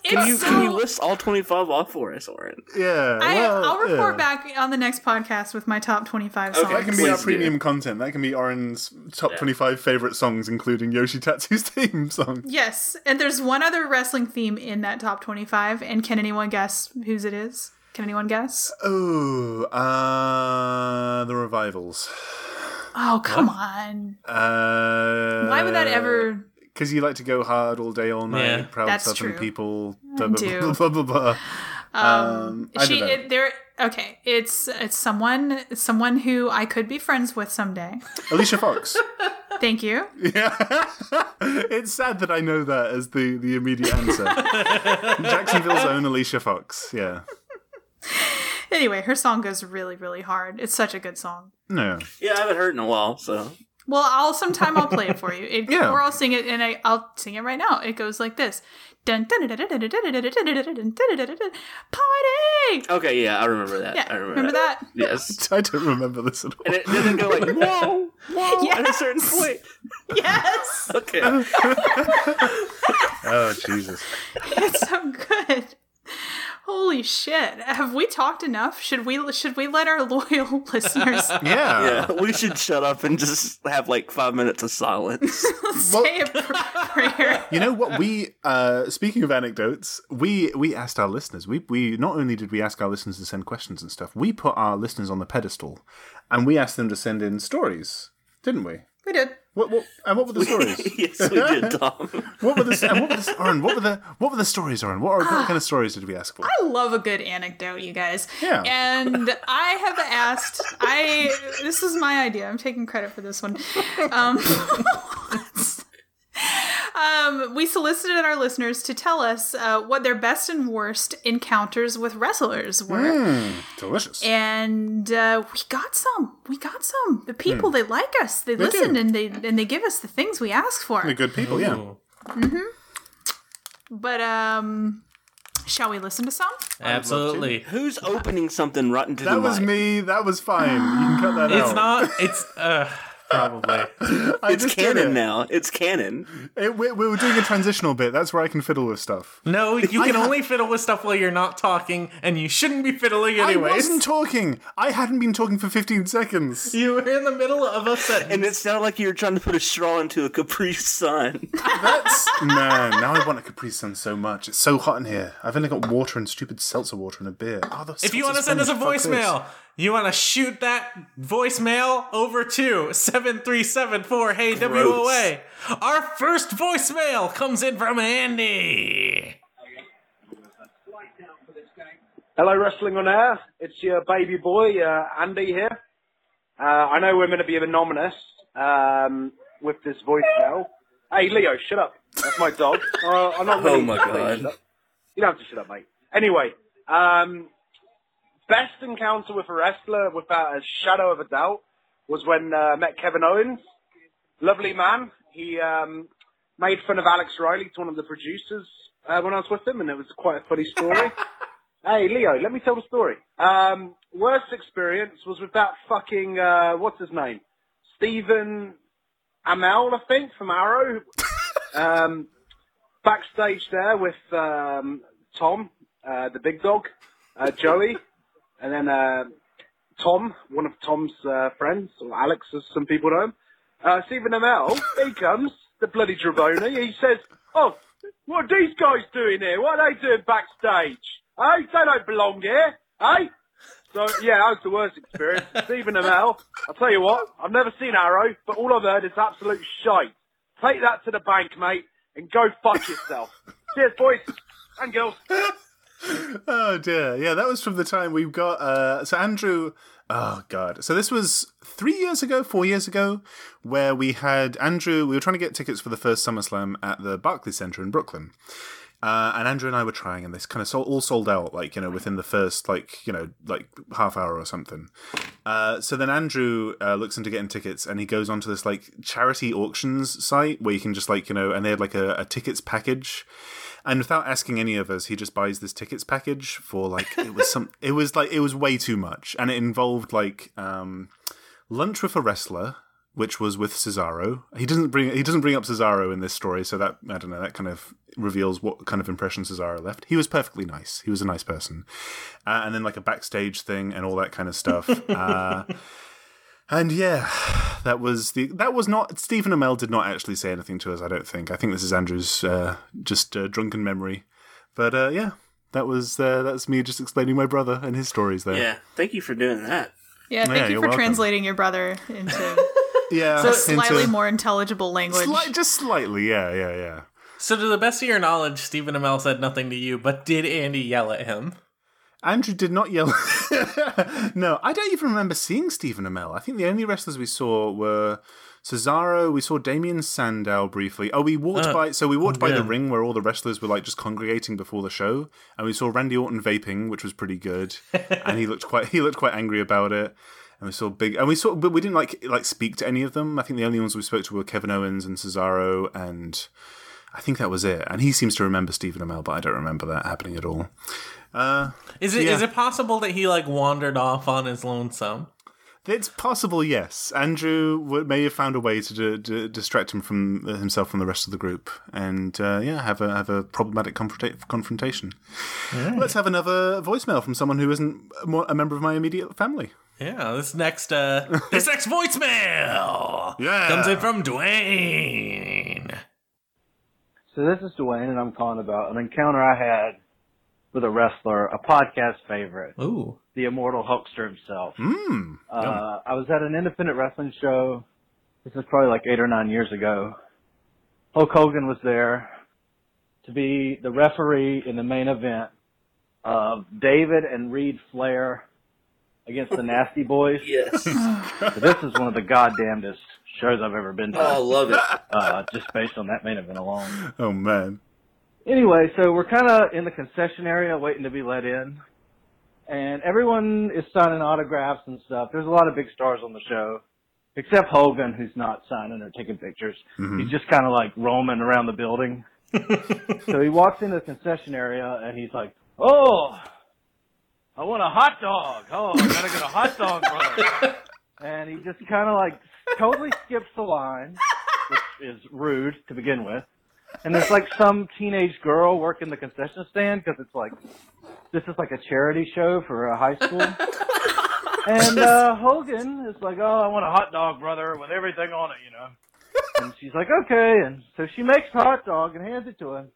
A: It's
D: You,
A: so,
D: can you list all twenty five off for us, Oren?
C: yeah.
A: I,
C: well,
A: I'll report
C: yeah.
A: back on the next podcast with my top twenty five
D: Okay.
A: songs.
C: That can be our
D: Please do.
C: premium content. That can be Oren's top 25 favorite songs, including Yoshi Tatsu's theme song.
A: yes, and there's one other wrestling theme in that top twenty five. And can anyone guess whose it is? Can anyone guess?
C: Oh, uh, the revivals.
A: Oh come on!
C: Uh,
A: Why would that ever?
C: Because you like to go hard all day, all night,
B: Yeah.
C: proud
A: That's
C: southern
A: true.
C: people. Blah, blah,
A: do.
C: blah, blah, blah, blah. Um, I
A: she
C: don't know.
A: it, there. Okay, it's it's someone someone who I could be friends with someday.
C: Alicia Fox.
A: Thank you.
C: Yeah. it's sad that I know that as the, the immediate answer. Jacksonville's own Alicia Fox. Yeah.
A: Anyway, her song goes really, really hard. It's such a good song.
C: No.
D: Yeah, I haven't heard in a while, so
A: Well, I'll sometime I'll play it for you. It,
C: Yeah.
A: Or I'll sing it, and I, I'll sing it right now. It goes like this: Dun, dun, dun, dun, dun, dun, dun, dun, dun, dun, dun, dun, dun, dun, dun, Party.
D: okay, yeah, I remember that.
A: Yeah,
D: I remember,
A: remember
D: that.
A: that?
D: Yes,
C: I don't remember this at all.
D: and it didn't go like whoa, whoa at a certain
A: Yes.
D: point.
A: Yes,
D: Okay,
C: Oh, Jesus.
A: it's so good. Holy shit! Have we talked enough? Should we should we let our loyal listeners
D: yeah, we should shut up and just have like five minutes of silence.
A: say a pr- prayer?
C: You know what? We uh, speaking of anecdotes, we we asked our listeners. We we not only did we ask our listeners to send questions and stuff, we put our listeners on the pedestal, and we asked them to send in stories, didn't we?
A: We did.
C: What what and what were the stories?
D: yes, we did, Tom.
C: what were the and what were the Oren, What were the what were the stories, Oren? What, are, what kind of stories did we ask for?
A: Ah. I love a good anecdote, you guys.
C: Yeah.
A: And I have asked. I this is my idea. I'm taking credit for this one. Um, um, we solicited our listeners to tell us uh, what their best and worst encounters with wrestlers were.
C: Mm, delicious.
A: And uh, we got some. We got some. The people they like us. They, listen
C: Hmm. do.
A: and they and they give us the things we ask for. Mm-hmm.
C: They're good people, yeah.
B: Ooh,
A: But um, shall we listen to some?
B: Absolutely.
D: Who's opening something right into the
C: That was
D: mic?
C: me. That was fine. You can cut that
B: It's
C: out.
B: not, it's, uh, probably.
C: I
D: It's
C: just did
D: canon
C: it.
D: now. It's canon.
C: It- we, we were doing a transitional bit. That's where I can fiddle with stuff.
B: No, you can only fiddle with stuff while you're not talking, and you shouldn't be fiddling anyways.
C: I wasn't talking. I hadn't been talking for 15 seconds.
B: You were in the middle of a sentence.
D: And it sounded like you were trying to put a straw into a Capri Sun.
C: That's man. Now I want a Capri Sun so much. It's so hot in here. I've only got water and stupid seltzer water and a beer. Oh, those
B: if you
C: seltzer's
B: want to send us a
C: fun as fuck
B: voicemail, you want to shoot that voicemail over to 7374 Hey WOA. Our first voicemail comes in from Andy.
E: Hello, Wrestling on Air. It's your baby boy, uh, Andy here. Uh, I know we're going to be anonymous um, with this voicemail. Hey, Leo, shut up. That's my dog. Uh, I'm not
D: Oh
E: really-
D: my
E: Leo, shut
D: God.
E: up. You don't have to shut up, mate. Anyway, um, best encounter with a wrestler, without a shadow of a doubt, was when uh, I met Kevin Owens. Lovely man. He um, made fun of Alex Riley to one of the producers uh, when I was with him, and it was quite a funny story. hey, Leo, let me tell the story. Um, worst experience was with that fucking uh, what's his name, Stephen Amell, I think, from Arrow. um, backstage there with um, Tom, uh, the big dog, uh, Joey, and then uh, Tom, one of Tom's uh, friends, or Alex, as some people know him. Uh, Stephen Amell, he comes, the bloody Dravoni, he says, Oh, what are these guys doing here? What are they doing backstage? Hey, they don't belong here, eh? So, yeah, that was the worst experience. Stephen Amell, I'll tell you what, I've never seen Arrow, but all I've heard is absolute shite. Take that to the bank, mate, and go fuck yourself. Cheers, boys and girls.
C: Oh dear, yeah, that was from the time we've got. Uh, so Andrew, oh god, so this was three years ago, four years ago, where we had Andrew. We were trying to get tickets for the first SummerSlam at the Barclays Center in Brooklyn, uh, and Andrew and I were trying, and this kind of sold, all sold out, like you know, within the first like you know like half hour or something. Uh, so then Andrew uh, looks into getting tickets, and he goes onto this like charity auctions site where you can just like you know, and they had like a, a tickets package and without asking any of us, he just buys this tickets package for like it was some it was like it was way too much, and it involved like um, lunch with a wrestler, which was with Cesaro. He doesn't bring he doesn't bring up Cesaro in this story, so that I don't know that kind of reveals what kind of impression Cesaro left. He was perfectly nice. He was a nice person, uh, and then like a backstage thing and all that kind of stuff. uh, and yeah, that was the that was not Stephen Amell did not actually say anything to us. I don't think. I think this is Andrew's uh, just uh, drunken memory. But uh, yeah, that was uh, that's me just explaining my brother and his stories there.
D: Yeah, thank you for doing that.
A: Yeah, thank
C: Yeah,
A: you
C: you're
A: for
C: welcome.
A: translating your brother into
C: yeah
A: so slightly
C: into-
A: more intelligible language.
C: sli- just slightly. Yeah, yeah, yeah.
B: So, to the best of your knowledge, Stephen Amell said nothing to you, but did Andy yell at him?
C: Andrew did not yell. no, I don't even remember seeing Stephen Amell. I think the only wrestlers we saw were Cesaro. We saw Damien Sandow briefly. Oh, we walked by. So we walked by the
B: yeah.
C: ring where all the wrestlers were like just congregating before the show, and we saw Randy Orton vaping, which was pretty good, and he looked quite he looked quite angry about it. And we saw big, and we saw, but we didn't like like speak to any of them. I think the only ones we spoke to were Kevin Owens and Cesaro, and I think that was it. And he seems to remember Stephen Amell, but I don't remember that happening at all. Uh,
B: Is it is
C: Yeah.
B: it possible that he like wandered off on his lonesome?
C: It's possible, yes. Andrew w- may have found a way to, d- d- distract him from himself from the rest of the group, and uh, yeah, have a have a problematic confronta- confrontation. Let's have another voicemail from someone who isn't a mo- a member of my immediate family.
B: Yeah, this next uh this next voicemail
C: Yeah.
B: comes in from Dwayne.
F: So this is Dwayne, and I'm calling about an encounter I had with a wrestler, a podcast favorite,
B: Ooh.
F: the immortal Hulkster himself.
C: Hmm.
F: Uh, I was at an independent wrestling show. This was probably like eight or nine years ago. Hulk Hogan was there to be the referee in the main event of David and Reed Flair against the Nasty Boys.
D: Yes.
F: So this is one of the goddamnedest shows I've ever been
D: Oh, I
F: to,
D: love it.
F: uh, just based on that main event alone.
C: Oh man.
F: Anyway, so we're kind of in the concession area waiting to be let in. And everyone is signing autographs and stuff. There's a lot of big stars on the show, except Hogan, who's not signing or taking pictures. He's just kind of like roaming around the building. so he walks into the concession area and he's like, Oh, I want a hot dog. Oh, I gotta get a hot dog, brother. and he just kind of like totally skips the line, which is rude to begin with and there's like some teenage girl working the concession stand because it's like this is like a charity show for a high school. and uh, Hogan is like, "Oh, I want a hot dog, brother, with everything on it, you know." And she's like, "Okay," and so she makes the hot dog and hands it to him.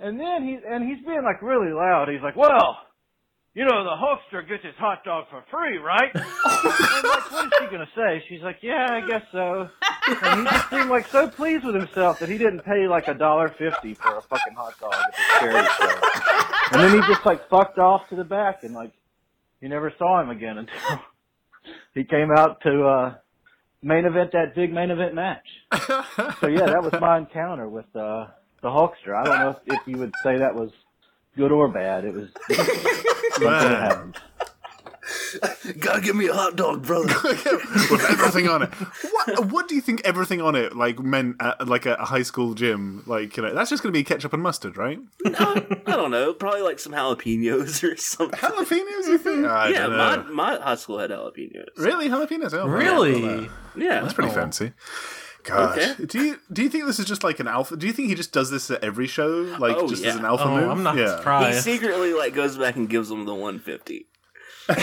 F: And then he and he's being like really loud. He's like, "Well." You know the Hulkster gets his hot dog for free, right? and like, what is she gonna say? She's like, "Yeah, I guess so." And he just seemed like so pleased with himself that he didn't pay like a dollar fifty for a fucking hot dog at this charity show. And then he just like fucked off to the back and like you never saw him again until he came out to uh main event that big main event match. So yeah, that was my encounter with uh the Hulkster. I don't know if, if you would say that was good or bad. It was something that happened.
D: Gotta give me a hot dog, brother.
C: with everything on it. What what do you think everything on it like meant at like a, a high school gym? Like you know that's just going to be ketchup and mustard, right?
D: I don't know. Probably like some jalapenos or something. Mm-hmm.
C: Jalapenos, you think? I
D: yeah,
C: dunno.
D: my, my high school had jalapenos.
C: really jalapenos. Oh, wow.
B: Really? Oh.
D: Yeah.
C: That's pretty fancy. Gosh,
D: Okay.
C: do you do you think this is just like an alpha? Do you think he just does this at every show, like
D: Oh,
C: just as
D: yeah.
C: an alpha
B: Oh,
C: move?
B: I'm not
C: yeah.
D: He
B: surprised.
D: secretly like goes back and gives them the 150. like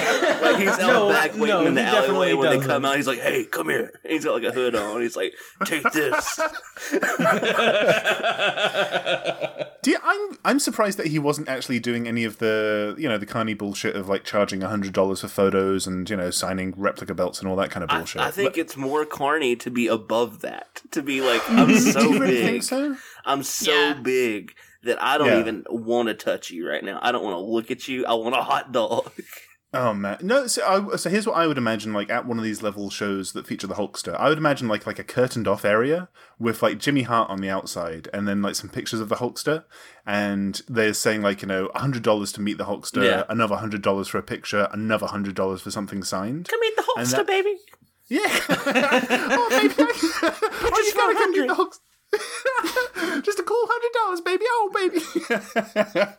D: he's out
B: No,
D: back waiting
B: no,
D: in the
B: he definitely
D: alleyway when they
B: doesn't.
D: come out. He's like, "Hey, come here." And he's got like a hood on. He's like, "Take this."
C: Do you, I'm I'm surprised that he wasn't actually doing any of the you know the carny bullshit of like charging hundred dollars for photos and you know signing replica belts and all that kind of
D: I,
C: bullshit.
D: I think
C: But-
D: it's more carny to be above that. To be like, I'm so
C: do you really
D: big.
C: think so?
D: I'm so
A: Yeah.
D: big that I don't
C: Yeah.
D: even want to touch you right now. I don't want to look at you. I want a hot dog.
C: Oh man, no. So, I, so here's what I would imagine, like at one of these level shows that feature the Hulkster. I would imagine like like a curtained off area with like Jimmy Hart on the outside, and then like some pictures of the Hulkster, and they're saying like you know hundred dollars to meet the Hulkster,
D: Yeah.
C: another hundred dollars for a picture, another hundred dollars for something signed.
D: Come eat the
C: And
D: Hulkster,
C: that-
D: baby.
C: Yeah. oh, baby, I, oh, you gotta come get the Hulkster. Just a cool hundred dollars, baby. Oh, baby.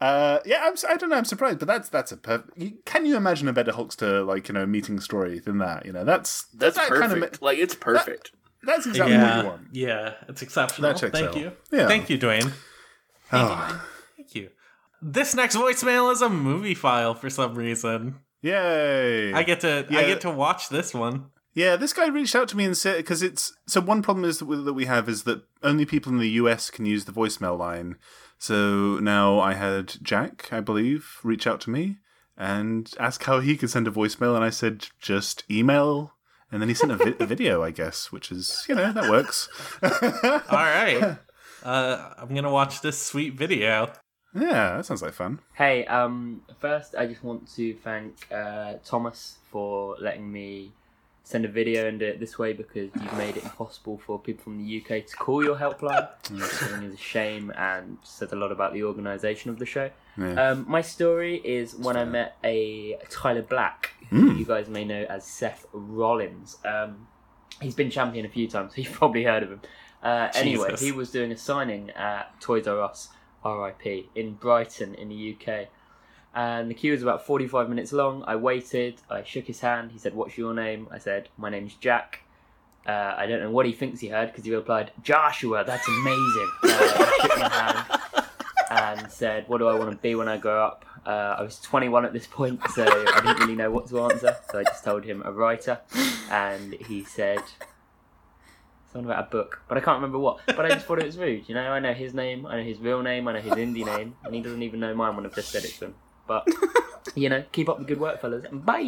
C: uh, yeah, I'm. s- I don't know. I'm surprised, but that's that's a perfect. You, can you imagine a better Hulkster like you know meeting story than that? You know, that's
D: That's
C: that
D: perfect.
C: ma-
D: like it's perfect.
C: that's exactly what you
B: Yeah,
C: want.
B: yeah, it's exceptional.
C: That checks
B: Thank
C: out.
B: you.
C: Yeah.
B: Thank you, Dwayne.
C: Oh,
B: Thank you. This next voicemail is a movie file for some reason.
C: yay!
B: I get to I
C: Yeah.
B: get to watch this one.
C: Yeah, this guy reached out to me and said because it's so one problem is that we, that we have is that only people in the US can use the voicemail line. So now I had Jack, I believe, reach out to me and ask how he could send a voicemail, and I said just email, and then he sent a, vi- a video, I guess, which is you know that works.
B: All right. Uh, I'm gonna watch this sweet video.
C: yeah, that sounds like fun.
G: Hey, um, first I just want to thank uh, Thomas for letting me send a video and do it this way because you've made it impossible for people from the UK to call your helpline, which is a shame and says a lot about the organisation of the show.
C: Yeah.
G: Um, my story is when I met a Tyler Black,
C: Hmm.
G: who you guys may know as Seth Rollins. Um, he's been champion a few times, so you've probably heard of him. Uh, anyway,
B: Jesus.
G: he was doing a signing at Toys R Us, RIP, in Brighton in the UK. And the queue was about 45 minutes long. I waited, I shook his hand, he said, What's your name? I said, My name's Jack. Uh, I don't know what he thinks he heard because he replied, Joshua, that's amazing. Uh, I shook my hand and said, "What do I want to be when I grow up?" Uh, I was 21 at this point, so I didn't really know what to answer. So I just told him a writer, and he said something about a book, but I can't remember what. But I just thought it was rude, you know. I know his name, I know his real name, I know his indie name, and he doesn't even know mine when I've just said it to him. But you know, keep up the good work, fellas. and Bye.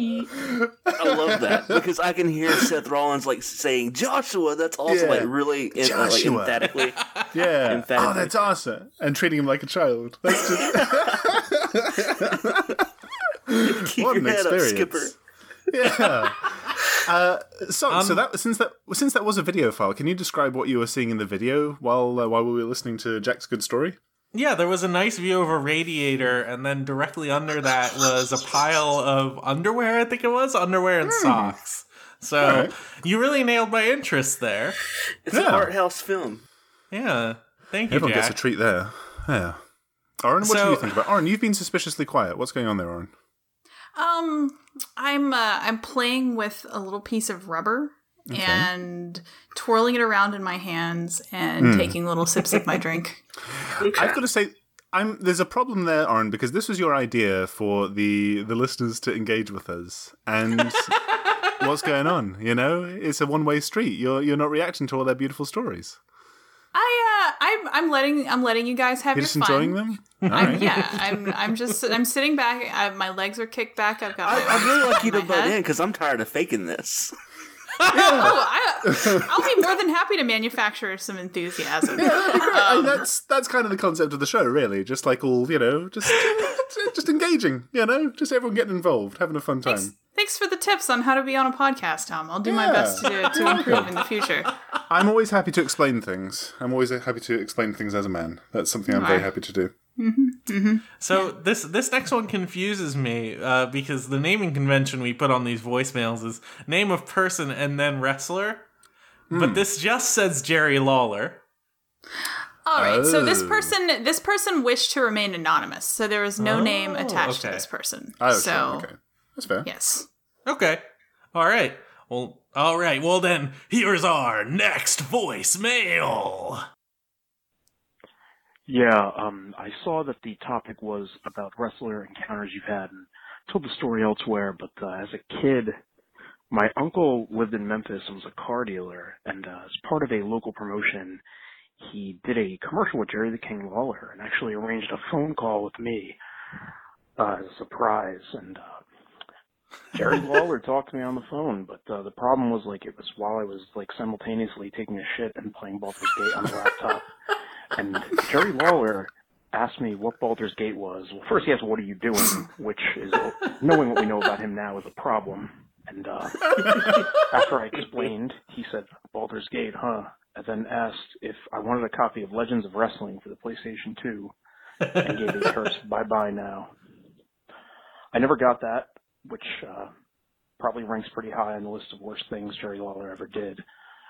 D: I love that because I can hear Seth Rollins like saying Joshua. That's also
C: Yeah.
D: like really em- like,
C: Joshua.
D: emphatically.
C: Yeah.
D: Emphatically.
C: Oh, that's awesome. And treating him like a child. That's just.
D: Keep
C: What
D: your
C: an
D: head up,
C: experience.
D: Skipper.
C: yeah. Uh, so, so
B: Um,
C: that since that since that was a video file, can you describe what you were seeing in the video while uh, while we were listening to Jack's good story?
B: Yeah, there was a nice view of a radiator, and then directly under that was a pile of underwear. I think it was underwear and socks. So
C: Hmm. All right.
B: you really nailed my interest there.
D: It's
C: Yeah.
D: an art house film.
B: Yeah, thank you,
C: Everyone
B: Jack.
C: gets a treat there. Yeah. Oren, what do
B: So-
C: you think about Oren? You've been suspiciously quiet. What's going on there, Oren?
A: Um, I'm uh, I'm playing with a little piece of rubber and twirling it around in my hands and
C: Hmm.
A: taking little sips of my drink.
C: I've got to say, I'm there's a problem there, Oren, because this was your idea for the the listeners to engage with us, and what's going on? You know, it's a one way street. You're you're not reacting to all their beautiful stories.
A: I uh, I'm I'm letting I'm letting you guys have
C: You're
A: your
C: just
A: fun.
C: enjoying them. All
A: I'm,
C: right.
A: yeah, I'm. I'm just. I'm sitting back. I, my legs are kicked back. I've got.
D: I,
A: my
D: I'd really like you to
A: my
D: butt
A: head.
D: in because I'm tired of faking this.
A: Oh, I, I'll be more than happy to manufacture some enthusiasm.
C: I mean, that's that's kind of the concept of the show, really. Just like all you know, just just engaging. You know, just everyone getting involved, having a fun time.
A: Thanks for the tips on how to be on a podcast, Tom. I'll do my
C: Yeah.
A: best to do it to improve in the future.
C: I'm always happy to explain things. I'm always happy to explain things as a man. That's something I'm very
A: Right.
C: happy to do. Mm-hmm.
B: So this this next one confuses me uh, because the naming convention we put on these voicemails is name of person and then wrestler,
C: Hmm.
B: but this just says Jerry Lawler.
A: All right. So this
C: Oh.
A: person, this person wished to remain anonymous, so there was no name attached to
B: Oh, okay.
A: this person.
C: Oh,
A: so
C: sure. Okay. Oh, That's fair.
A: yes,
B: Okay, all right. Well, all right. Well then, here's our next voicemail.
H: Yeah, um, I saw that the topic was about wrestler encounters you've had and told the story elsewhere, but uh, as a kid, my uncle lived in Memphis and was a car dealer, and uh, as part of a local promotion, he did a commercial with Jerry the King Lawler and actually arranged a phone call with me uh, as a surprise. And uh, Jerry Lawler talked to me on the phone, but uh, the problem was like it was while I was like simultaneously taking a shit and playing Baldur's Gate on the laptop. And Jerry Lawler asked me what Baldur's Gate was. Well, first he asked, "What are you doing?" Which is knowing what we know about him now is a problem. And uh, after I explained, he said, "Baldur's Gate, huh?" And then asked if I wanted a copy of Legends of Wrestling for the PlayStation 2, and gave me a curse, "Bye bye now." I never got that, which uh, probably ranks pretty high on the list of worst things Jerry Lawler ever did.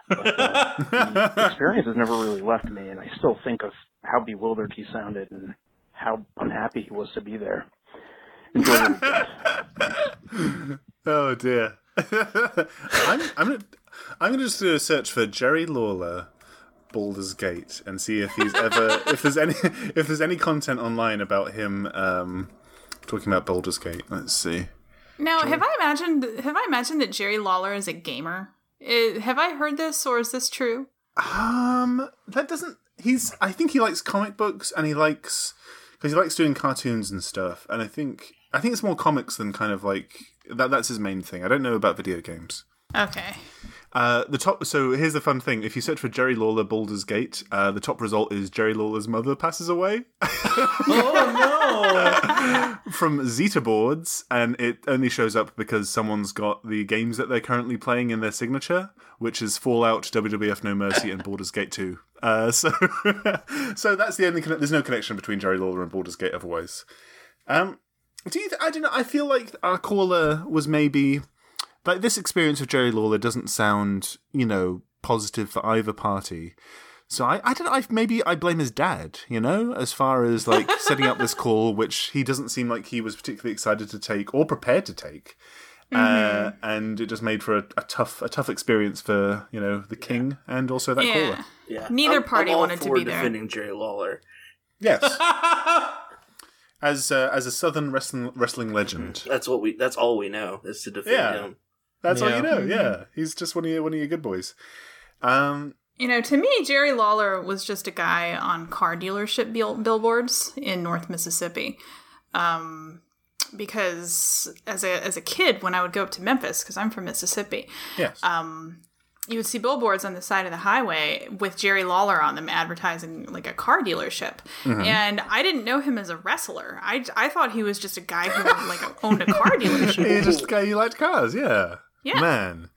H: But, uh, the experience has never really left me, and I still think of how bewildered he sounded and how unhappy he was to be there. Enjoy your weekend.
C: Oh dear. I'm I'm gonna I'm gonna just do a search for Jerry Lawler, Baldur's Gate, and see if he's ever if there's any if there's any content online about him um, talking about Baldur's Gate. Let's see.
A: Now, have I imagined have I imagined that Jerry Lawler is a gamer? I- have I heard this or is this true?
C: Um, that doesn't. He's I think he likes comic books and he likes because he likes doing cartoons and stuff. And I think I think it's more comics than kind of like that. That's his main thing. I don't know about video games.
A: Okay.
C: Uh, the top. So here's the fun thing: if you search for Jerry Lawler Baldur's Gate, uh, the top result is Jerry Lawler's mother passes away
B: Oh no!
C: from Zeta boards, and it only shows up because someone's got the games that they're currently playing in their signature, which is Fallout, WWF No Mercy, and Baldur's Gate Two. Uh, so, so that's the only. Conne- there's no connection between Jerry Lawler and Baldur's Gate otherwise. Um, do you? Th- I don't know. I feel like our caller was maybe like this experience of Jerry Lawler doesn't sound, you know, positive for either party. So I, I don't know. I, maybe I blame his dad, you know, as far as like setting up this call, which he doesn't seem like he was particularly excited to take or prepared to take, uh,
A: Mm-hmm.
C: and it just made for a, a tough a tough experience for you know the king and also that
A: Yeah.
C: caller.
D: Yeah.
A: Neither
D: I'm-
A: party
D: I'm all
A: wanted to
D: for
A: be there.
D: defending Jerry Lawler.
C: Yes, as uh, as a southern wrestling wrestling
A: Mm-hmm.
C: legend,
D: That's what we. That's all we know is to defend
C: Yeah.
D: him.
C: that's all
B: Yeah.
C: you know.
A: Mm-hmm.
C: Yeah, he's just one of your one of your good boys. Um,
A: You know, to me, Jerry Lawler was just a guy on car dealership bill- billboards in North Mississippi. Um, because as a as a kid, when I would go up to Memphis, because I'm from Mississippi,
C: yes.
A: um, you would see billboards on the side of the highway with Jerry Lawler on them advertising like a car dealership.
C: Mm-hmm.
A: And I didn't know him as a wrestler. I, I thought he was just a guy who like owned a car dealership.
C: He just guy you liked cars, yeah.
A: Yeah.
C: Man.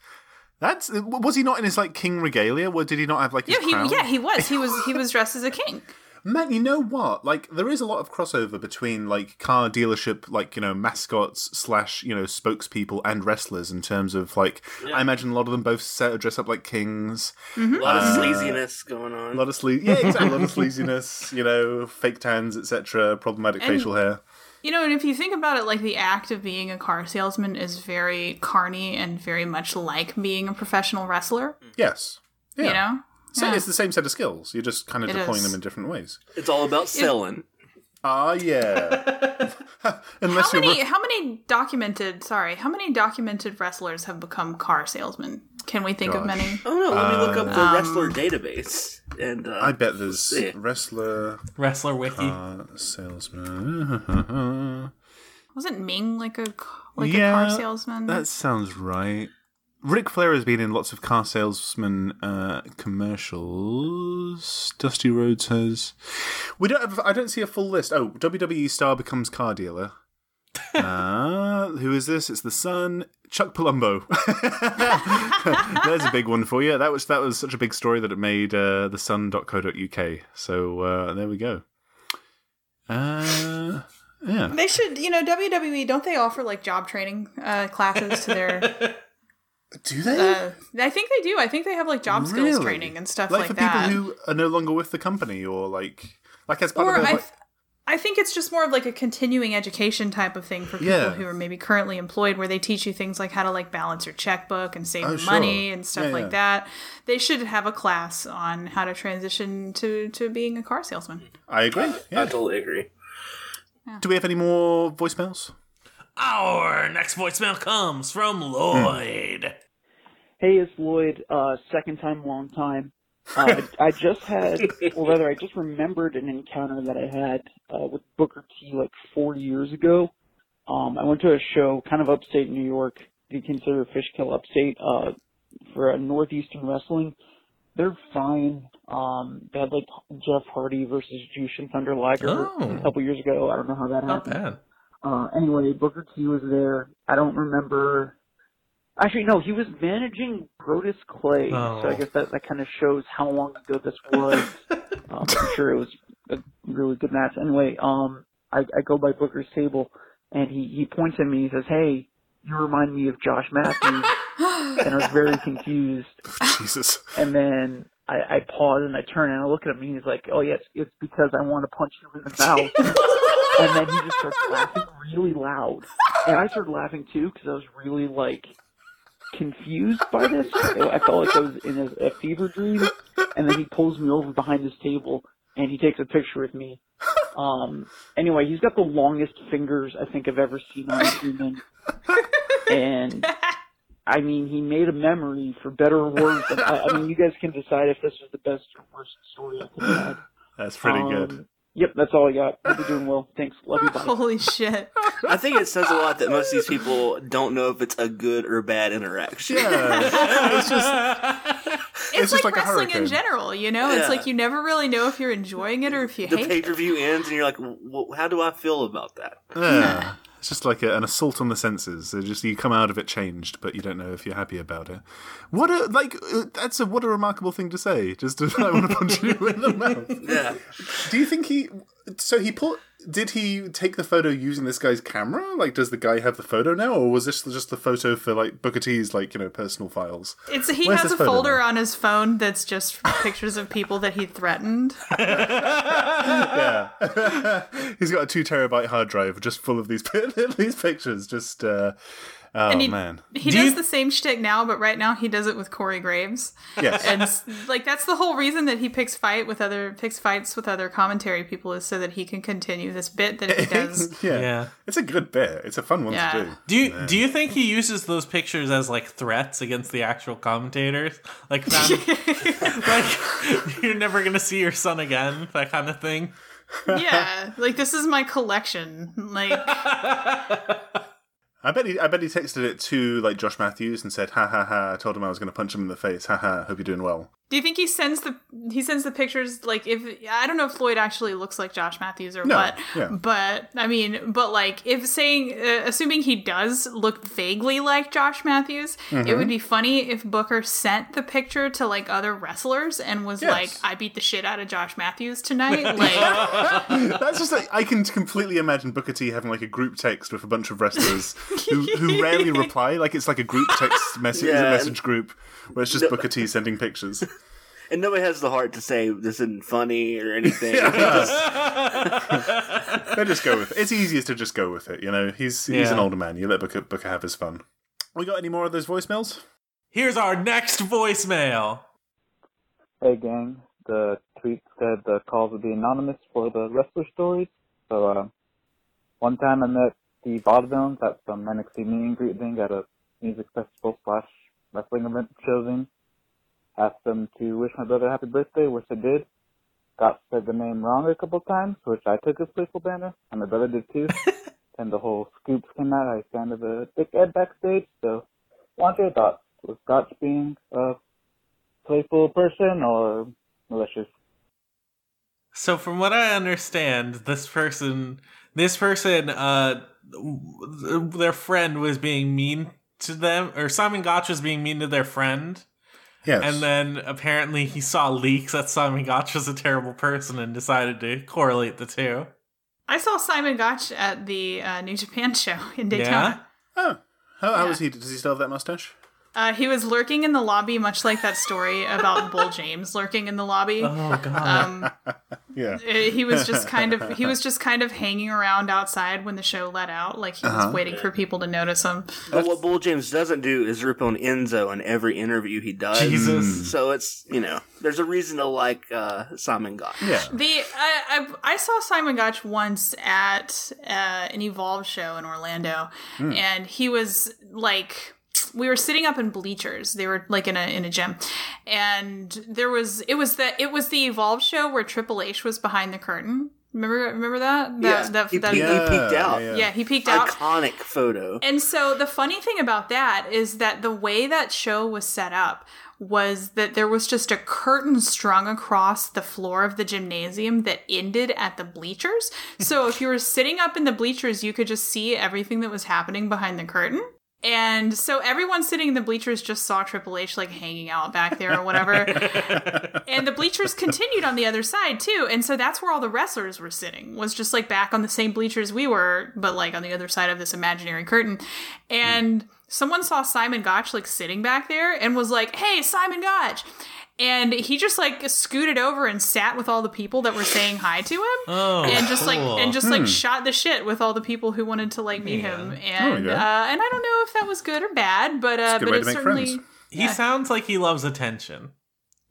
C: That's was he not in his like king regalia? What did he not have like his
A: Yeah, he
C: crown?
A: yeah he was he was he was dressed as a king.
C: Man, you know what? Like there is a lot of crossover between like car dealership, like you know mascots slash you know spokespeople and wrestlers in terms of like I imagine a lot of them both set, dress up like kings.
A: Mm-hmm.
D: A lot of sleaziness going on.
C: A lot of sleaze, yeah, exactly. a lot of sleaziness, you know, fake tans, etc. Problematic facial hair.
A: You know, and if you think about it, like the act of being a car salesman is very carny and very much like being a professional wrestler.
C: Yes, yeah.
A: You know,
C: So
A: Yeah.
C: it's the same set of skills. You're just kind of
A: It
C: deploying
A: is.
C: them in different ways.
D: it's all about selling.
C: Ah, yeah. Unless
A: how many
C: you're
A: how many documented sorry how many documented wrestlers have become car salesmen? Can we think of
C: Gosh.
A: many? Um,
D: I don't know. Oh, Let me look up the wrestler database. And uh,
C: I bet there's
D: Yeah.
C: wrestler
B: Wrestler wiki.
C: uh, salesman.
A: Wasn't Ming like a like
C: Yeah,
A: a car salesman?
C: that sounds right. Ric Flair has been in lots of car salesman uh, commercials. Dusty Rhodes has. We don't. Have, I don't see a full list. Oh, WWE star becomes car dealer. uh, who is this? It's the son, Chuck Palumbo. There's a big one for you. That was that was such a big story that it made uh, the Sun.co.uk. So uh, there we go. Uh, yeah.
A: They should, you know, WWE. Don't they offer like job training uh, classes to their?
C: Do they?
A: Uh, I think they do. I think they have like job skills
C: Really?
A: training and stuff
C: like,
A: like,
C: for people
A: that.
C: who are no longer with the company, or like like as part
A: or
C: of
A: I,
C: their,
A: th- I think it's just more of like a continuing education type of thing for people
C: Yeah.
A: who are maybe currently employed, where they teach you things like how to like balance your checkbook and save
C: Oh,
A: your
C: sure.
A: money and stuff
C: Yeah,
A: like
C: yeah.
A: that. They should have a class on how to transition to to being a car salesman.
C: I agree.
D: I
C: Yeah.
D: totally agree.
C: Do we have any more voicemails?
B: Our next voicemail comes from
C: Hmm.
B: Lloyd.
I: Hey, it's Lloyd. Uh, second time, long time. Uh, I just had, or rather, I just remembered an encounter that I had uh, with Booker T like four years ago. Um, I went to a show, kind of upstate New York. If you consider Fishkill upstate uh, for uh, Northeastern Wrestling, they're fine. Um, they had like Jeff Hardy versus Jushin Thunder Liger
B: Oh.
I: a couple years ago. I don't know how that
B: Not
I: happened.
B: bad.
I: Uh, anyway, Booker T was there. I don't remember. Actually, no, he was managing Brodus Clay, so
B: Oh.
I: I guess that, that kind of shows how long ago this was. um, I'm sure it was a really good match. Anyway, um, I, I go by Booker's table, and he, he points at me. He says, "Hey, you remind me of Josh Matthews," and I was very confused.
C: Jesus.
I: And then I, I pause and I turn and I look at him and he's like, "Oh yes, it's because I want to punch you in the mouth." and then he just starts laughing really loud, and I started laughing too because I was really like confused by this. I felt like I was in a, a fever dream. And then he pulls me over behind his table and he takes a picture with me. Um. Anyway, he's got the longest fingers I think I've ever seen on a human. And I mean, he made a memory for better or worse. I, I mean, you guys can decide if this was the best or worst story I could have. had.
C: That's pretty
I: Um,
C: good.
I: Yep, that's all I got. Hope you're doing well. Thanks. Love you. Bye.
A: Holy shit!
D: I think it says a lot that most of these people don't know if it's a good or bad interaction.
C: Yeah. it's just
A: It's,
C: just
A: like,
C: like a
A: wrestling in
C: hurricane.
A: general, you know. It's
D: Yeah.
A: like you never really know if you're enjoying it or if you
D: The
A: hate
D: pay
A: it.
D: per view ends, and you're like, well, "How do I feel about that?"
C: yeah. It's just like a, an assault on the senses. It just you come out of it changed, but you don't know if you're happy about it. What a like uh, that's a what a remarkable thing to say. Just to, I want to punch you in the mouth.
D: Yeah,
C: Do you think he? So he put. Did he take the photo using this guy's camera? Like, does the guy have the photo now, or was this just the photo for like Booker T's like you know personal files?
A: It's he
C: Where's
A: has
C: this
A: a
C: photo
A: folder
C: now?
A: on his phone that's just pictures of people that he threatened.
C: Yeah, he's got a two terabyte hard drive just full of these these pictures. Just uh, oh
A: he-
C: man,
A: He
B: Do
A: does
B: you-
A: the same shtick now, but right now he does it with Corey Graves,
C: yes,
A: and s- like that's the whole reason that he picks fight with other picks fights with other commentary people is so that he can continue this bit that he does.
C: yeah.
B: Yeah.
C: It's a good bit. It's a fun one
A: Yeah.
C: to do.
B: Do you, do you think he uses those pictures as like threats against the actual commentators? Like, found- like you're never gonna see your son again, that kind of thing.
A: yeah, like this is my collection. Like
C: I bet he, I bet he texted it to like Josh Matthews and said, "Ha ha ha!" I told him I was going to punch him in the face. Ha ha! Hope you're doing well.
A: Do you think he sends the he sends the pictures like if I don't know if Lloyd actually looks like Josh Matthews or
C: No,
A: what,
C: yeah.
A: but I mean, but like if saying uh, assuming he does look vaguely like Josh Matthews, it
B: Mm-hmm.
A: would be funny if Booker sent the picture to like other wrestlers and was
C: Yes.
A: like, "I beat the shit out of Josh Matthews tonight." Like,
C: That's just like I can completely imagine Booker T having like a group text with a bunch of wrestlers who, who rarely reply. Like it's like a group text message
D: Yeah.
C: message group where it's just Booker T sending pictures.
D: and nobody has the heart to say this isn't funny or anything.
C: They just go with it. It's easiest to just go with it. You know, he's he's an
B: Yeah.
C: older man. You let Booker Booker have his fun. We got any more of those voicemails?
B: Here's our next voicemail.
I: Hey gang, the tweet said the calls would be anonymous for the wrestler stories. So uh, one time I met the Vaudevillains at some NXT meet and greet thing at a music festival slash wrestling event chosen. Asked them to wish my brother a happy birthday, which they did. Got said the name wrong a couple times, which I took as playful banner, and my brother did too. and the whole scoops came out. I was kind of a dickhead backstage. So, what's your thoughts? Was Scotch being a playful person or malicious.
B: So from what I understand, this person, this person, uh, w- their friend was being mean to them, or Simon Gotch was being mean to their friend,
C: Yes.
B: and then apparently he saw leaks that Simon Gotch was a terrible person and decided to correlate the two.
A: I saw Simon Gotch at the uh, New Japan show in
B: Yeah.
A: Daytona.
C: Oh, how, how was he? Does he still have that mustache?
A: Uh, he was lurking in the lobby, much like that story about Bull James lurking in the lobby.
B: Oh god.
A: Um,
C: Yeah.
A: uh, he was just kind of he was just kind of hanging around outside when the show let out, like he was waiting for people to notice him.
D: But what Bull James doesn't do is rip on Enzo in every interview he does.
A: Mm.
B: Jesus.
D: So it's you know, there's a reason to like uh, Simon Gotch.
C: Yeah.
A: The I, I I saw Simon Gotch once at uh, an Evolve show in Orlando, and he was like, we were sitting up in bleachers. They were like in a in a gym, and there was it was that it was the Evolve show where Triple H was behind the curtain. Remember remember that that that,
D: he,
A: that
D: he- he
C: Yeah,
D: peeked out.
C: yeah,
A: yeah he peeked out.
D: Iconic photo.
A: And so the funny thing about that is that the way that show was set up was that there was just a curtain strung across the floor of the gymnasium that ended at the bleachers. So if you were sitting up in the bleachers, you could just see everything that was happening behind the curtain. And so everyone sitting in the bleachers just saw Triple H like hanging out back there or whatever. and the bleachers continued on the other side too. And so that's where all the wrestlers were sitting, was just like back on the same bleachers we were, but like on the other side of this imaginary curtain. And someone saw Simon Gotch like sitting back there and was like, hey, Simon Gotch. And he just like scooted over and sat with all the people that were saying hi to him
B: Oh,
A: and just like
B: cool.
A: and just
C: Hmm.
A: like shot the shit with all the people who wanted to like meet him and
C: go.
A: uh, and I don't know if that was good or bad, but uh,
C: a Oh, good
A: but
C: way
A: it
C: to make
A: certainly
C: friends.
B: he sounds like he loves attention.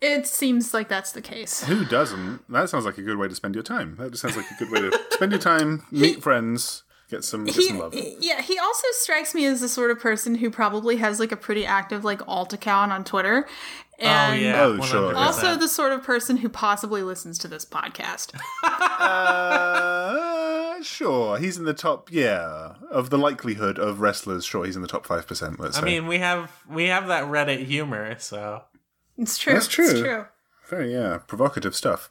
A: it seems like that's the case.
C: Who doesn't? That sounds like a good way to spend your time. That just sounds like a good way to spend your time, meet friends, get some get
A: He,
C: some love.
A: yeah, he also strikes me as the sort of person who probably has like a pretty active like alt account on Twitter, and
B: oh yeah.
C: Oh, sure.
B: 100%.
A: also the sort of person who possibly listens to this podcast.
C: Uh, sure, he's in the top. Yeah, of the likelihood of wrestlers, sure, he's in the top five percent. Let's
B: I
C: say.
B: mean, we have we have that Reddit humor, so
A: It's true.
C: That's true.
A: It's true.
C: very yeah, provocative stuff.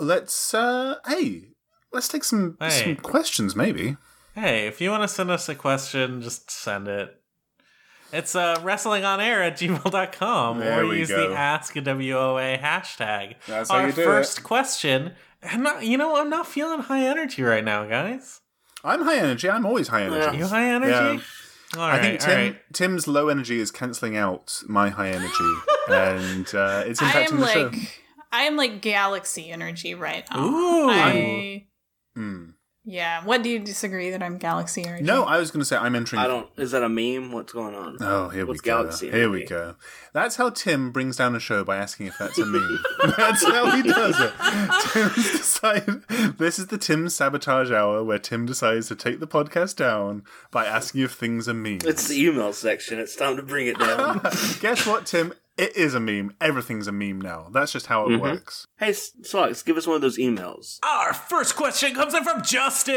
C: Let's uh, hey, let's take some
B: Hey.
C: some questions, maybe.
B: hey, if you want to send us a question, just send it. It's uh, wrestlingonair at gmail.com
C: There
B: or
C: we
B: use
C: go.
B: the Ask a WOA hashtag.
C: That's how
B: Our
C: you do
B: first question. I'm not, you know, I'm not feeling high energy right now, guys.
C: I'm high energy. I'm always high energy.
B: You high energy? All
C: I
B: right,
C: think
B: all
C: Tim,
B: right.
C: Tim's low energy is cancelling out my high energy, and uh, it's
A: I
C: impacting
A: am
C: the show.
A: like I am like galaxy energy right now.
B: Ooh.
A: I, Hmm.
C: Mm.
A: yeah. What do you disagree that I'm galaxy energy?
C: No, I was going to say I'm entering.
D: I don't. Is that a meme? What's going on?
C: Oh, here we
D: What's
C: go.
D: Galaxy
C: Here we
D: energy?
C: go. That's how Tim brings down a show by asking if that's a meme. that's how he does it. Tim's decide- this is the Tim sabotage hour where Tim decides to take the podcast down by asking if things are memes.
D: It's the email section. It's time to bring it down.
C: Guess what, Tim? It is a meme. Everything's a meme now. That's just how it works.
D: Mm-hmm. hey, Sox, give us one of those emails.
B: Our first question comes in from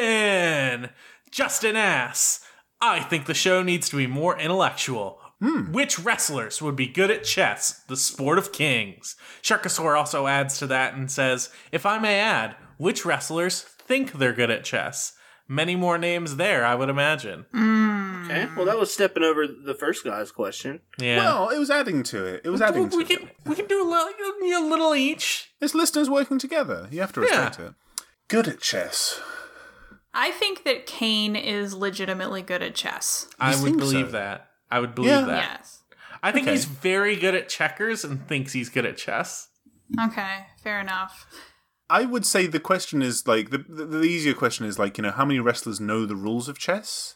B: Justin. Justin asks, I think the show needs to be more intellectual.
C: Hmm.
B: Which wrestlers would be good at chess, the sport of kings? Sharkosaur also adds to that and says, If I may add, which wrestlers think they're good at chess? Many more names there, I would imagine.
A: Mm.
D: Okay. Well, that was stepping over the first guy's question.
B: Yeah.
C: Well, it was adding to it. It was
B: we,
C: adding to
B: we
C: it.
B: can, we can do a little, a little each.
C: It's listeners working together. You have to
B: Yeah.
C: respect it. Good at chess.
A: I think that Kane is legitimately good at chess.
B: I would
C: think
B: believe
C: so?
B: that. I would believe
C: Yeah.
B: that.
A: Yes.
B: I think
C: Okay.
B: he's very good at checkers and thinks he's good at chess.
A: Okay, fair enough.
C: I would say the question is like the, the the easier question is like you know how many wrestlers know the rules of chess,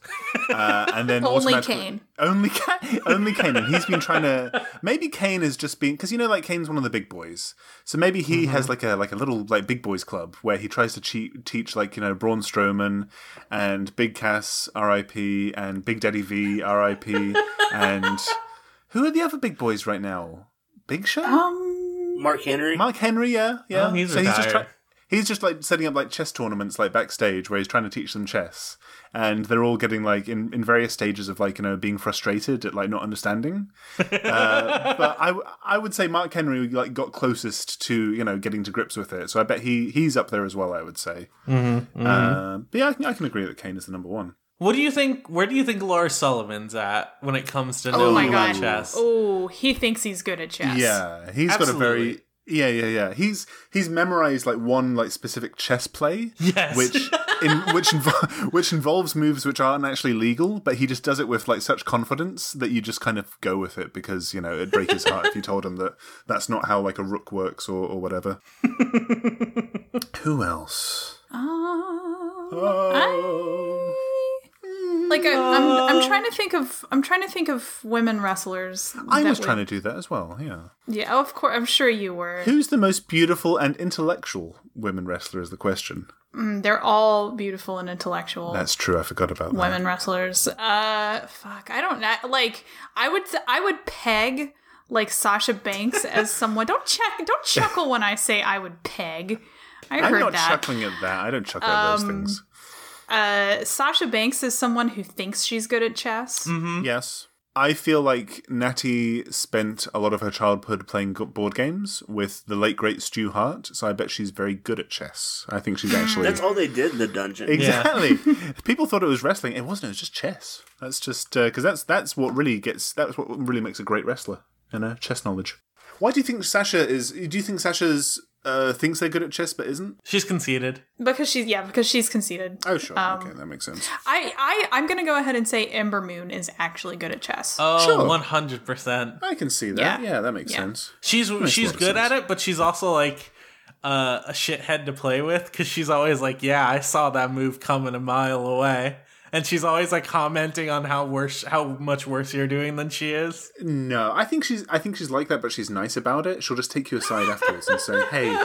C: uh, and then
A: Only
C: automatically-
A: Kane.
C: only Kane, only Kane, and he's been trying to maybe Kane has just been because you know like Kane's one of the big boys, so maybe he
A: Mm-hmm.
C: has like a like a little like big boys club where he tries to cheat, teach like you know Braun Strowman and Big Cass R.I.P. and Big Daddy V R.I.P. and who are the other big boys right now? Big Show.
A: Um,
D: Mark Henry.
C: Mark Henry, yeah, yeah.
B: Oh, he's
C: just
B: retired.
C: he's just like setting up like chess tournaments like backstage where he's trying to teach them chess, and they're all getting like in, in various stages of like you know being frustrated at like not understanding. uh, but I w- I would say Mark Henry like got closest to you know getting to grips with it, so I bet he he's up there as well. I would say.
B: Mm-hmm,
C: Uh, but yeah, I can, I can agree that Kane is the number one.
B: What do you think? Where do you think Lars Sullivan's at when it comes to
C: Oh
B: knowing
A: my
B: about
A: God.
B: chess?
A: oh, he thinks he's good at chess.
C: Yeah, he's got a very. Yeah, yeah, yeah. He's he's memorized like one like specific chess play,
B: Yes.
C: which in, which invo- which involves moves which aren't actually legal, but he just does it with like such confidence that you just kind of go with it because you know it'd break his heart if you told him that that's not how like a rook works or, or whatever. Who else?
A: Um,
C: Oh.
A: like I, I'm, I'm trying to think of I'm trying to think of women wrestlers.
C: I
A: that
C: was
A: would-
C: trying to do that as well. Yeah.
A: Yeah, oh, of course. I'm sure you were.
C: Who's the most beautiful and intellectual women wrestler is the question.
A: Mm, They're all beautiful and intellectual.
C: That's true. I forgot about that.
A: women wrestlers. Uh, fuck, I don't know. Like, I would, I would peg like Sasha Banks as someone. Don't check, don't chuckle when I say I would peg. I
C: I'm
A: heard
C: not
A: that. Um,
C: chuckling at that. I don't chuckle at those things.
A: Uh, Sasha Banks is someone who thinks she's good at chess.
C: Mm-hmm. Yes. I feel like Natty spent a lot of her childhood playing go- board games with the late great Stu Hart, so I bet she's very good at chess. I think
A: Hmm.
C: she's actually
D: That's all they did in the dungeon.
C: exactly. People thought it was wrestling. It wasn't. It was just chess. That's just because that's that's what really gets. That's what really makes a great wrestler. You know, chess knowledge. Why do you think Sasha is? Do you think Sasha's uh, thinks they're good at chess but isn't?
B: She's conceited.
A: Because she's yeah, because she's conceited.
C: Oh, sure.
A: Um,
C: okay, that makes sense.
A: I, I, I'm gonna go ahead and say Ember Moon is actually good at chess.
C: Sure.
B: Oh, one hundred percent.
C: I can see that. Yeah,
A: Yeah.
C: that makes
A: Yeah.
C: sense.
B: She's she's
C: lot of
B: good
C: sense.
B: at it, but she's also like uh, a shithead to play with because she's always like, "Yeah, I saw that move coming a mile away," and she's always like commenting on how worse, how much worse you're doing than she is.
C: No, I think she's I think she's like that, but she's nice about it. She'll just take you aside afterwards and say, "Hey,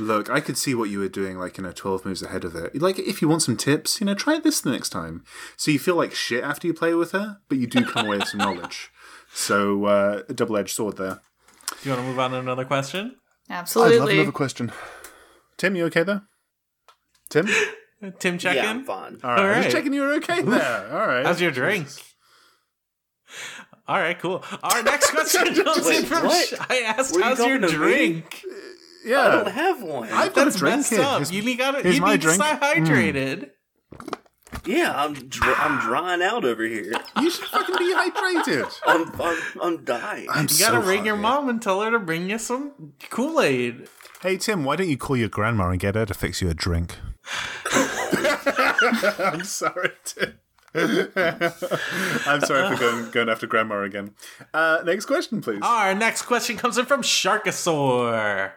C: look, I could see what you were doing, like you know, twelve moves ahead of it. Like, if you want some tips, you know, try this the next time." So you feel like shit after you play with her, but you do come away with some knowledge. So uh, a double-edged sword there.
B: Do you want to move on to another question?
A: Absolutely.
C: I'd love another question. Tim, you okay there? Tim,
B: Tim, check
D: Yeah,
B: in.
D: I'm fine.
C: all right.
B: All
C: I was
B: right.
C: Just checking you're okay there. All right.
B: How's your drink? All right, cool. Our next question comes in
D: Wait,
B: from.
D: what?
B: Sh- I asked,
D: Were you
B: "How's your
D: talking to me?
B: drink?"
D: I
C: yeah.
D: don't have one.
C: I've got
B: That's
C: a drink
B: messed
C: here.
B: up.
C: Here's-
B: you gotta.
C: here's
B: You
C: my
B: need to
C: drink.
B: stay hydrated.
D: Hmm. yeah, I'm dr- I'm drying out over here.
C: you should fucking be hydrated.
D: I'm I'm, I'm dying.
C: I'm
B: You gotta
C: so
B: ring your
C: hungry.
B: mom and tell her to bring you some Kool Aid.
C: Hey Tim, why don't you call your grandma and get her to fix you a drink? I'm sorry, Tim. I'm sorry for going going after grandma again. Uh, next question, please.
B: Our next question comes in from Sharkasaur.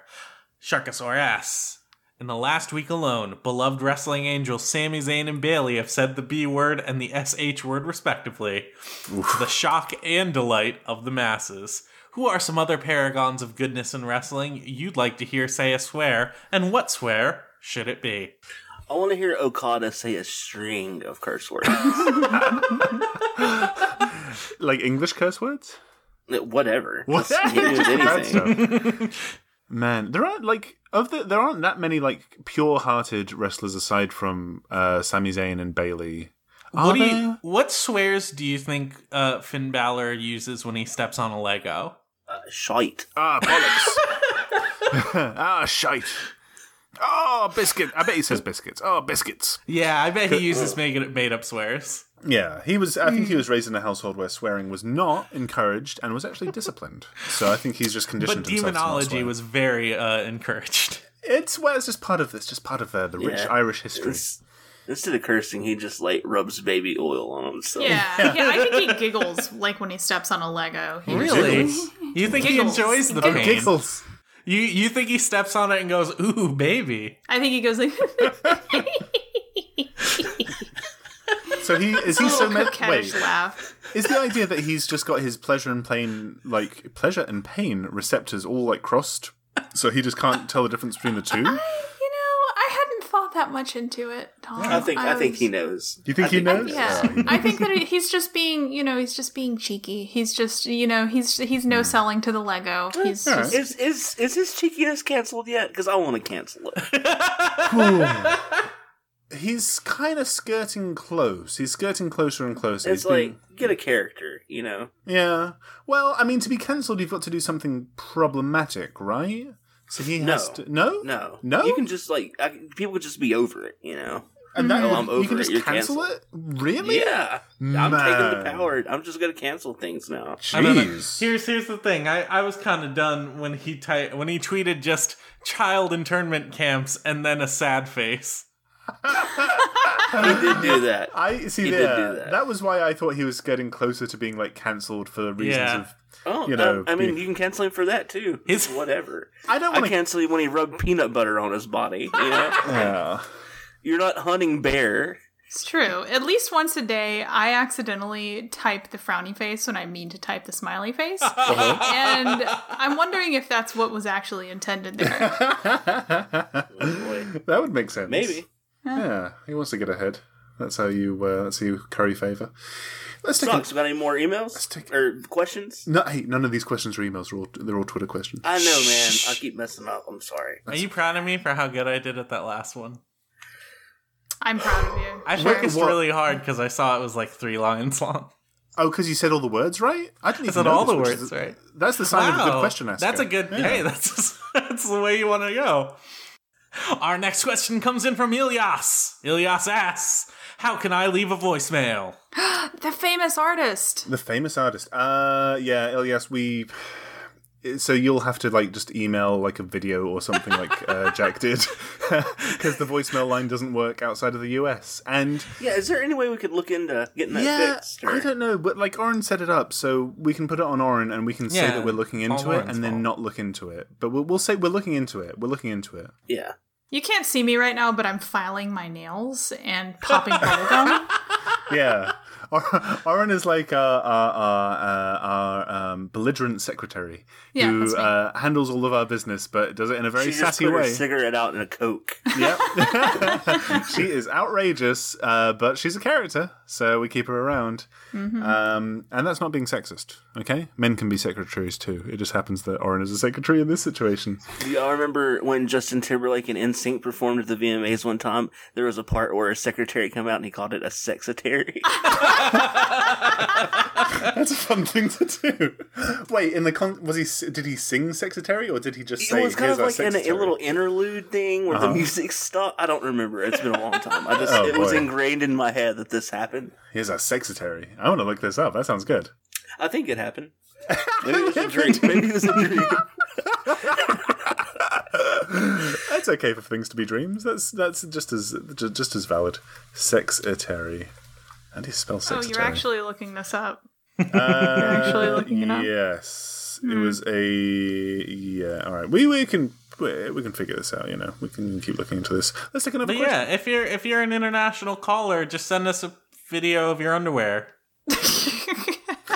B: Sharkasaur asks In the last week alone, beloved wrestling angels Sami Zayn and Bailey have said the B word and the SH word respectively, to the shock and delight of the masses. Who are some other paragons of goodness in wrestling you'd like to hear say a swear, and what swear should it be?
D: I want to hear Okada say a string of curse words.
C: Like English curse words?
D: Whatever.
C: What?
D: Just hit me with
C: Bad
D: anything.
C: stuff. Man, there aren't like of the there aren't that many like pure-hearted wrestlers aside from uh, Sami Zayn and Bailey.
B: what do you, what swears do you think uh, Finn Balor uses when he steps on a Lego?
D: Uh, shite.
C: Ah, bollocks. ah, shite. Oh, biscuit. I bet he says biscuits. Oh, biscuits.
B: Yeah, I bet he uses made made up swears.
C: Yeah, he was. I think he was raised in a household where swearing was not encouraged and was actually disciplined. So I think he's just conditioned.
B: But
C: himself to not
B: demonology
C: swear.
B: was very uh, encouraged.
C: It's well, it's just part of this, just part of uh, the rich
D: Yeah.
C: Irish history.
D: Ins- Instead of cursing, he just like rubs baby oil on himself.
A: yeah, yeah. I think he giggles like when he steps on a Lego. He-
B: Really? You think he
A: Giggles.
B: enjoys the
A: Oh,
B: pain?
C: Giggles.
B: You you think he steps on it and goes, "Ooh, baby."
A: I think he goes like.
C: So he is he
A: He's
C: so
A: so
C: meant.
A: Oh, coquettish
C: Wait,
A: laugh.
C: is the idea that he's just got his pleasure and pain, like pleasure and pain receptors all like crossed, so he just can't tell the difference between the two? Do
A: You know, I hadn't thought that much into it, Tom.
D: I think I, think
A: was-
D: he knows.
C: you think he knows?
A: Yeah, I think that he's just being, you know, he's just being cheeky. He's just, you know, he's he's no selling to the Lego. He's
C: Hmm. all right.
A: just,
D: Is is is his cheekiness canceled yet? Because I want to cancel it.
C: He's kind of skirting close. He's skirting closer and closer.
D: It's
C: He's being-
D: like get a character, you know.
C: Yeah. Well, I mean, to be cancelled, you've got to do something problematic, right? So he
D: No.
C: has to. No.
D: No,
C: No.
D: You can just like I, people could just be over it, you know.
C: And that
D: No,
B: Mm-hmm.
D: I'm over
C: you can
D: it.
C: just
D: You're
C: cancel
D: canceled.
C: it? Really?
D: Yeah, I'm taking
C: Man.
D: the power. I'm just gonna cancel things now.
B: I don't know.
C: Jeez.
B: Here's here's the thing. I, I was kind of done when he ty- when he tweeted just child internment camps and then a sad face.
D: He did do that.
C: I see.
D: He
C: There,
D: did do that.
C: that. was why I thought he was getting closer to being like cancelled for the reasons
B: Yeah.
C: of.
D: Oh,
C: You know,
D: I, I mean,
C: be-
D: you can cancel him for that too.
B: His-
D: It's whatever.
C: I don't
D: I
C: want to.
D: cancel him when he rubbed peanut butter on his body. You know,
C: Yeah.
D: you're not hunting bear.
A: It's true. At least once a day, I accidentally type the frowny face when I mean to type the smiley face.
B: Uh-huh.
A: And I'm wondering if that's what was actually intended there.
C: that would make sense.
D: oh, Maybe.
C: Yeah, he wants to get ahead. That's how you. Uh, that's how you curry favor. Let's take.
D: Socks,
C: A,
D: got any more emails
C: take-
D: or questions?
C: no, hey, none of these questions are emails. They're all, they're all Twitter questions.
D: I know, man. I keep messing up. I'm sorry.
B: Are you proud of me for how good I did at that last one?
A: I'm proud of you.
B: I
C: Sure.
B: focused
C: What-
B: really hard because I saw it was like three lines long.
C: Oh, because you said all the words right. I didn't even
B: said
C: know
B: all
C: this,
B: the
C: which
B: words
C: is the-
B: right.
C: That's the sign of a good question asker.
B: That's a good.
C: Yeah.
B: Hey, that's that's the way you want to go. Our next question comes in from Ilias. Ilias asks, "How can I leave a voicemail?"
A: The famous artist.
C: The famous artist. Uh, yeah, Elias, we. So you'll have to like just email like a video or something like uh, Jack did, because the voicemail line doesn't work outside of the US. And
D: Yeah, is there any way we could look into getting that
C: yeah,
D: fixed?
C: I don't know, but like Oren set it up, so we can put it on Oren and we can say
B: Yeah,
C: that we're looking
B: it's all
C: into it
B: Oren's
C: and then
B: fault.
C: not look into it. But we'll, we'll say we're looking into it. We're looking into it.
D: Yeah.
A: You can't see me right now, but I'm filing my nails and popping bubblegum.
C: Yeah. Or- Oren is like our our, our, uh, our um, belligerent secretary
A: Yeah,
C: who
A: that's me.
C: uh, handles all of our business, but does it in a very
D: She just
C: sassy
D: put her
C: way.
D: cigarette out in a coke.
C: Yep. she is outrageous, uh, but she's a character, so we keep her around.
A: Mm-hmm.
C: Um, and that's not being sexist, okay? Men can be secretaries too. It just happens that Oren is a secretary in this situation.
D: Yeah, I remember when Justin Timberlake and NSYNC performed at the VMAs one time. There was a part where a secretary came out and he called it a sexetary.
C: That's a fun thing to do. Wait, in the con- was he s- did he sing secretary or did he just say
D: it was kind
C: "Here's
D: of
C: our
D: like in a, a
C: secretary?"
D: little interlude thing where the music stopped. I don't remember. It's been a long time. I just
C: Uh-huh. Oh,
D: it was
C: boy.
D: ingrained in my head that this happened.
C: Here's our secretary. I want to look this up. That sounds good.
D: I think it happened. Maybe it was a dream. Maybe it was a dream.
C: That's okay for things to be dreams. That's that's just as ju- just as valid. Secretary. How do you spell
A: Oh,
C: secretary?
A: you're actually looking this up.
C: Uh,
A: You're actually looking it up.
C: Yes, it was a yeah. All right, we we can we we can figure this out. You know, we can keep looking into this. Let's take another
B: But
C: question.
B: yeah, if you're if you're an international caller, just send us a video of your underwear.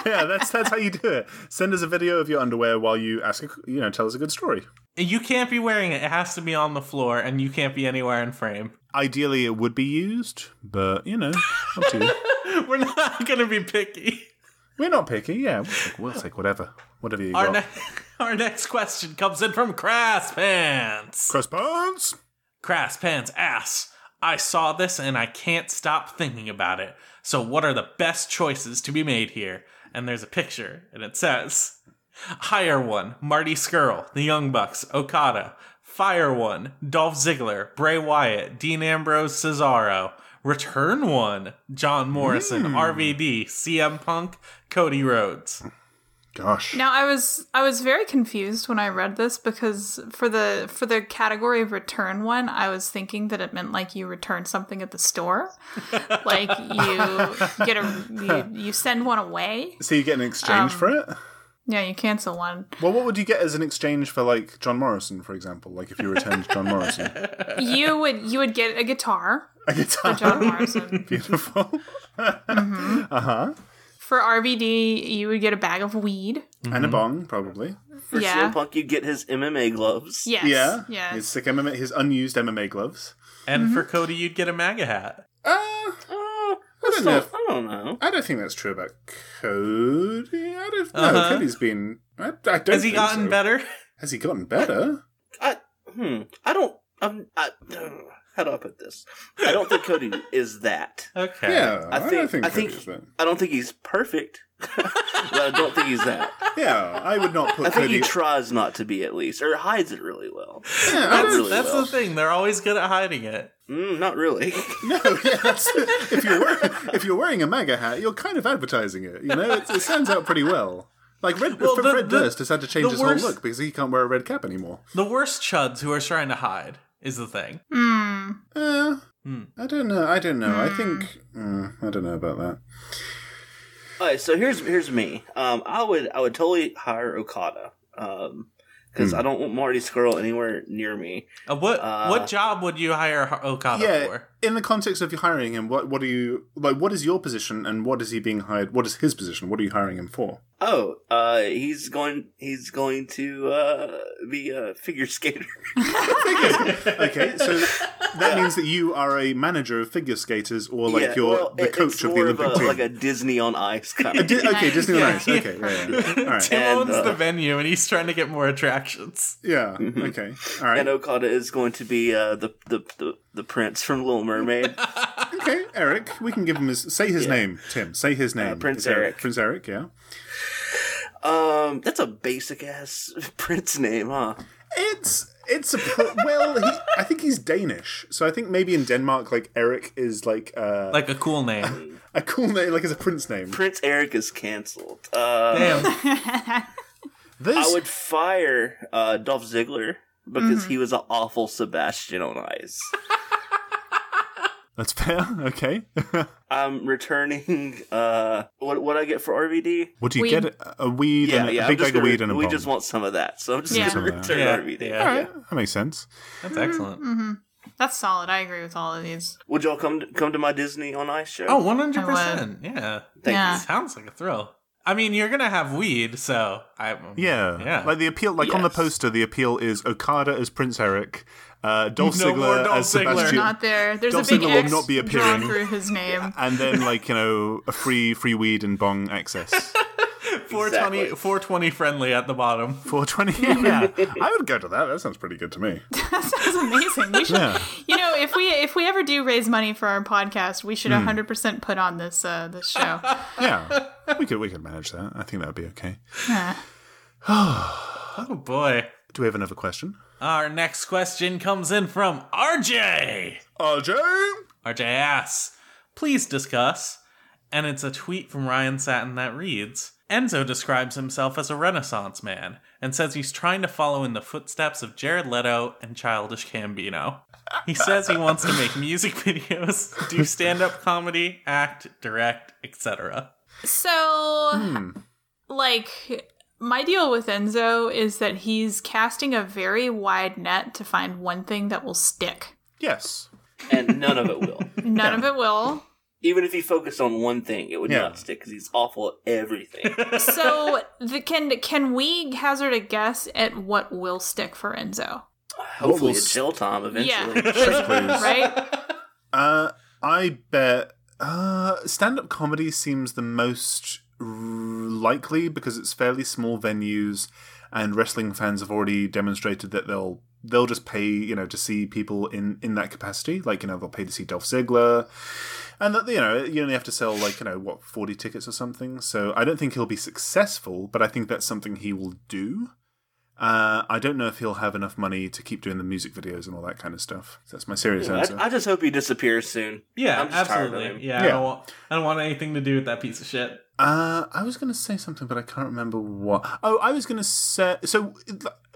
C: yeah, that's that's how you do it. Send us a video of your underwear while you ask. A, you know, tell us a good story.
B: You can't be wearing it. It has to be on the floor, and you can't be anywhere in frame.
C: Ideally, it would be used, but you know, up to you.
B: We're not going to be picky.
C: We're not picky. Yeah, we'll take, we'll take whatever, whatever you
B: Our,
C: got.
B: ne- our next question comes in from Crass Pants.
C: Cross buns.
B: Crass Pants asks, I saw this and I can't stop thinking about it. So, what are the best choices to be made here? And there's a picture, and it says Hire One, Marty Skrull, The Young Bucks, Okada, Fire One, Dolph Ziggler, Bray Wyatt, Dean Ambrose, Cesaro, Return One, John Morrison,
C: Hmm.
B: RVD, CM Punk, Cody Rhodes.
C: Gosh.
A: Now I was I was very confused when I read this because for the for the category of return one, I was thinking that it meant like you return something at the store. like you get a you, you send one away.
C: So you get an
A: Um,
C: exchange for it.
A: Yeah, you cancel one.
C: Well, what would you get as an exchange for like John Morrison, for example? Like if you returned John Morrison,
A: You would you would get a guitar
C: a guitar.
A: for John Morrison.
C: Beautiful.
B: Mm-hmm.
C: Uh huh.
A: for RVD, you would get a bag of weed.
B: Mm-hmm.
C: And a bong, probably.
D: For
A: Yeah.
D: CM Punk, you get his MMA gloves.
A: Yes.
C: Yeah.
A: Yes. Mm-hmm.
C: His sick MMA, his unused MMA gloves.
B: And for Cody, you'd get a MAGA hat.
C: Uh, I
D: Oh,
C: don't know.
D: so,
C: if-
D: I don't know.
C: I don't think that's true about Cody. I don't know.
B: Uh-huh.
C: Cody's been. I, I don't.
B: Has he
C: think
B: gotten
C: so.
B: better?
C: Has he gotten better?
D: I hmm. I don't. I'm. I, ugh. how do I put this? I don't think Cody is that.
B: Okay.
C: Yeah, I,
D: I think-
C: don't think
D: I
C: Cody
D: think-
C: is that.
D: I don't think he's perfect, but I don't think he's that.
C: Yeah, I would not put
D: I think
C: Cody.
D: he tries not to be at least, or hides it really well.
C: Yeah, I
D: Not
B: That's,
C: don't-
D: really
B: that's
D: well.
B: the thing. They're always good at hiding it.
D: Mm, not really.
C: No, yeah, that's, if you're wearing, if you're wearing a MAGA hat, you're kind of advertising it. You know, it, it stands out pretty well. Like Red,
B: Well, the-
C: Fred
B: the-
C: Durst has had to change
B: the
C: his
B: worst-
C: whole look because he can't wear a red cap anymore.
B: The worst chuds who are trying to hide is the thing.
A: Hmm.
C: Uh,
B: Hmm.
C: I don't know. I don't know. I think mm, I don't know about that.
D: All right, so here's here's me. Um, I would I would totally hire Okada, um,
C: Hmm.
D: because I don't want Marty Skrull anywhere near me.
B: Uh, what
D: Uh,
B: what job would you hire oh Ho- Okada
C: yeah,
B: for?
C: in the context of you hiring him, what what are you like? What is your position, and what is he being hired? What is his position? What are you hiring him for?
D: Oh, uh, he's going he's going to uh, be a figure skater.
C: okay, so that means that you are a manager of figure skaters, or like
D: Yeah,
C: you're
D: well,
C: the
D: it-
C: coach
D: it's
C: of the
D: more
C: Olympic
D: a,
C: team.
D: like a Disney on Ice kind
C: A
D: of.
C: Di- okay, Disney on
B: Yeah.
C: Ice. Okay, yeah, yeah, yeah. all right.
B: Tim
D: And,
B: owns
D: uh, Mm-hmm.
B: the venue and he's trying to get more attractions.
C: Yeah. Okay. All right.
D: And Okada is going to be uh, the, the the the prince from Little Mermaid.
C: Okay, Eric. We can give him his. Say his name, Tim. Say his name.
D: Uh, Prince
C: It's
D: Eric.
C: Prince Eric. Yeah.
D: um, that's a basic ass prince name, huh?
C: It's it's a pro- well. He, I think he's Danish, so I think maybe in Denmark, like Eric is like uh,
B: Like a cool name.
C: a cool name, like as a prince name.
D: Prince Eric is canceled. Uh,
B: Damn.
C: This Mm-hmm.
D: I would fire uh, Dolph Ziggler because he was an awful Sebastian on Ice.
C: that's fair. Okay.
D: I'm returning. Uh, what what I get for RVD?
C: What do you
A: Weed.
C: get? uh, A weed,
D: Yeah,
C: and a,
D: yeah.
C: a
D: I'm
C: big
D: just
C: bag of
D: gonna-
C: weed, and a
D: we
C: bomb.
D: just want some of that, so I'm just
A: Yeah.
D: gonna return
B: Yeah,
D: RVD.
B: yeah.
C: All right, that makes sense.
B: That's excellent.
A: Mm-hmm. That's solid. I agree with all of these.
D: Would y'all come to, come to my Disney on Ice show?
B: Oh, 100%. Yeah.
D: Thank
A: yeah.
B: Sounds like a thrill. I mean, you're going to have weed, so I
C: Yeah,
B: Yeah.
C: Like the appeal, like on the
D: Yes.
C: poster, the appeal is Okada as Prince Eric, uh, Dolph
B: No more
C: Ziggler
B: Dolph
C: as
B: Ziggler.
C: Sebastian,
A: Not there. There's
C: Dolph
A: a big
C: Ziggler will
A: X
C: not be appearing.
A: drawn through his name.
C: and then like you know a free free weed and bong access.
B: 420
D: Exactly.
B: 420 friendly at the bottom.
C: 420. Yeah, I would go to that. That sounds pretty good to me.
A: That sounds amazing. We should,
C: Yeah.
A: you know, if we if we ever do raise money for our podcast, we should 100 percent put on this uh, this show.
C: Hmm. Yeah, we could we could manage that. I think that would be okay.
B: Oh boy.
C: Do we have another question?
B: Our next question comes in from RJ.
C: RJ.
B: RJ asks, please discuss. And it's a tweet from Ryan Satin that reads Enzo describes himself as a Renaissance man and says he's trying to follow in the footsteps of Jared Leto and Childish Gambino. He says he wants to make music videos, do stand up comedy, act, direct, etc.
A: So,
C: Hmm.
A: like, my deal with Enzo is that he's casting a very wide net to find one thing that will stick.
C: Yes.
D: And none of it will.
A: None of it will.
D: Even if he focused on one thing, it would
C: Yeah.
D: not stick because he's awful at everything.
A: So, the, can can we hazard a guess at what will stick for Enzo?
C: will
D: Hopefully, a
C: s-
D: jail time eventually.
A: Yeah,
C: Check, please.
A: right?
C: Uh, I bet uh, stand-up comedy seems the most r- likely because it's fairly small venues, and wrestling fans have already demonstrated that they'll they'll just pay you know to see people in in that capacity. Like you know they'll pay to see Dolph Ziggler, and that you know you only have to sell like you know what forty tickets or something. So I don't think he'll be successful, but I think that's something he will do. Uh, I don't know if he'll have enough money to keep doing the music videos and all that kind of stuff. That's my serious answer.
D: I, I just hope he disappears soon.
B: Yeah,
D: I'm just tired of
B: absolutely.
D: him.
B: Yeah, I,
C: Yeah.
B: don't want, I don't want anything to do with that piece of shit.
C: Uh, I was going to say something, but I can't remember what. Oh, I was going to say. So,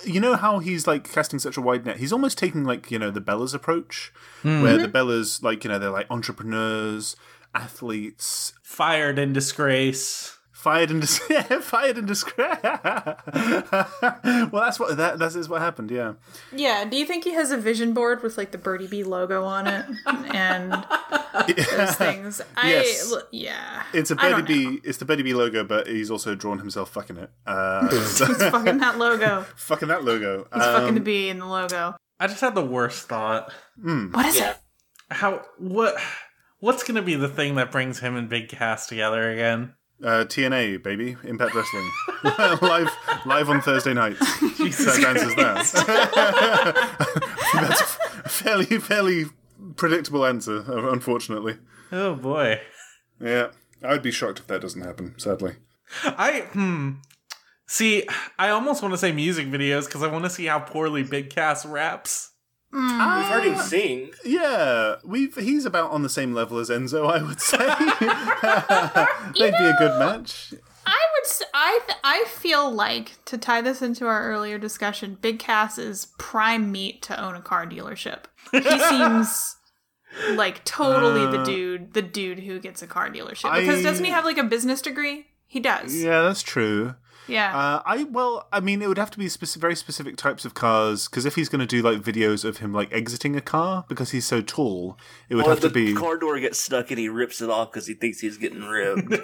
C: you know how he's like casting such a wide net? He's almost taking like, you know, the Bellas approach,
B: Hmm.
C: where
A: Mm-hmm.
C: the Bellas, like, you know, they're like entrepreneurs, athletes,
B: Fired in disgrace.
C: fired and dis- yeah, fired and disgrace. well, that's what that that is what happened. Yeah,
A: Yeah. Do you think he has a vision board with like the Birdie Bee logo on it and those things? I
C: Yes.
A: l- yeah.
C: it's a
A: I
C: Betty
A: don't know.
C: B. It's the Betty B logo, but he's also drawn himself fucking it. Uh, so-
A: fucking that logo.
C: fucking that logo.
A: It's fucking
C: Um,
A: the bee in the logo.
B: I just had the worst thought.
C: Hmm.
A: What is it?
B: How what what's gonna be the thing that brings him and Big Cass together again?
C: Uh, TNA, baby, Impact Wrestling, live live on Thursday nights. that answers that. That's a fairly fairly predictable answer, uh, unfortunately.
B: Oh boy.
C: Yeah, I'd be shocked if that doesn't happen. Sadly,
B: I hmm. See, I almost want to say music videos because I want to see how poorly Big Cass raps.
D: We've heard
B: Ah.
D: him sing.
C: yeah, we've he's about on the same level as Enzo, I would say. They'd be a good match.
A: I would. s- I. th- I feel like to tie this into our earlier discussion, Big Cass is prime meat to own a car dealership. He seems like totally the dude. The dude who gets a car dealership because
C: Uh, I-
A: doesn't he have like a business degree? He does. Yeah.
C: Yeah, that's true. Uh, I well, I mean, it would have to be speci very specific types of cars because if he's going to do like videos of him like exiting a car because he's so tall, it would
D: Or
C: have to
D: the
C: be.
D: car door gets stuck and he rips it off because he thinks he's getting ripped.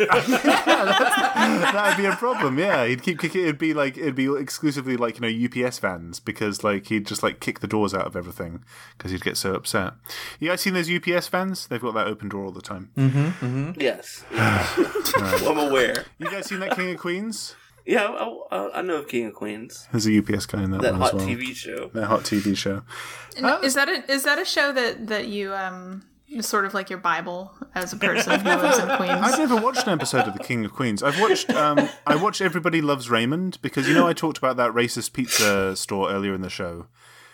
C: that would be a problem. Yeah, he'd keep kicking. It'd be like it'd be exclusively like you know UPS vans because like he'd just like kick the doors out of everything because he'd get so upset. You guys seen those UPS vans? They've got that open door all the time.
B: Mm-hmm,
D: yes. I'm aware.
C: You guys seen that King of Queens?
D: Yeah, I, I, I know of King of Queens,
C: There's a UPS guy in that,
D: that
C: one
D: hot
C: as well.
D: TV show.
C: That hot TV show.
A: And is that a is that a show that that you um is sort of like your Bible as a person who lives in
C: I've
A: Queens?
C: never watched an episode of The King of Queens. I've watched um, I watched Everybody Loves Raymond because you know I talked about that racist pizza store earlier in the show.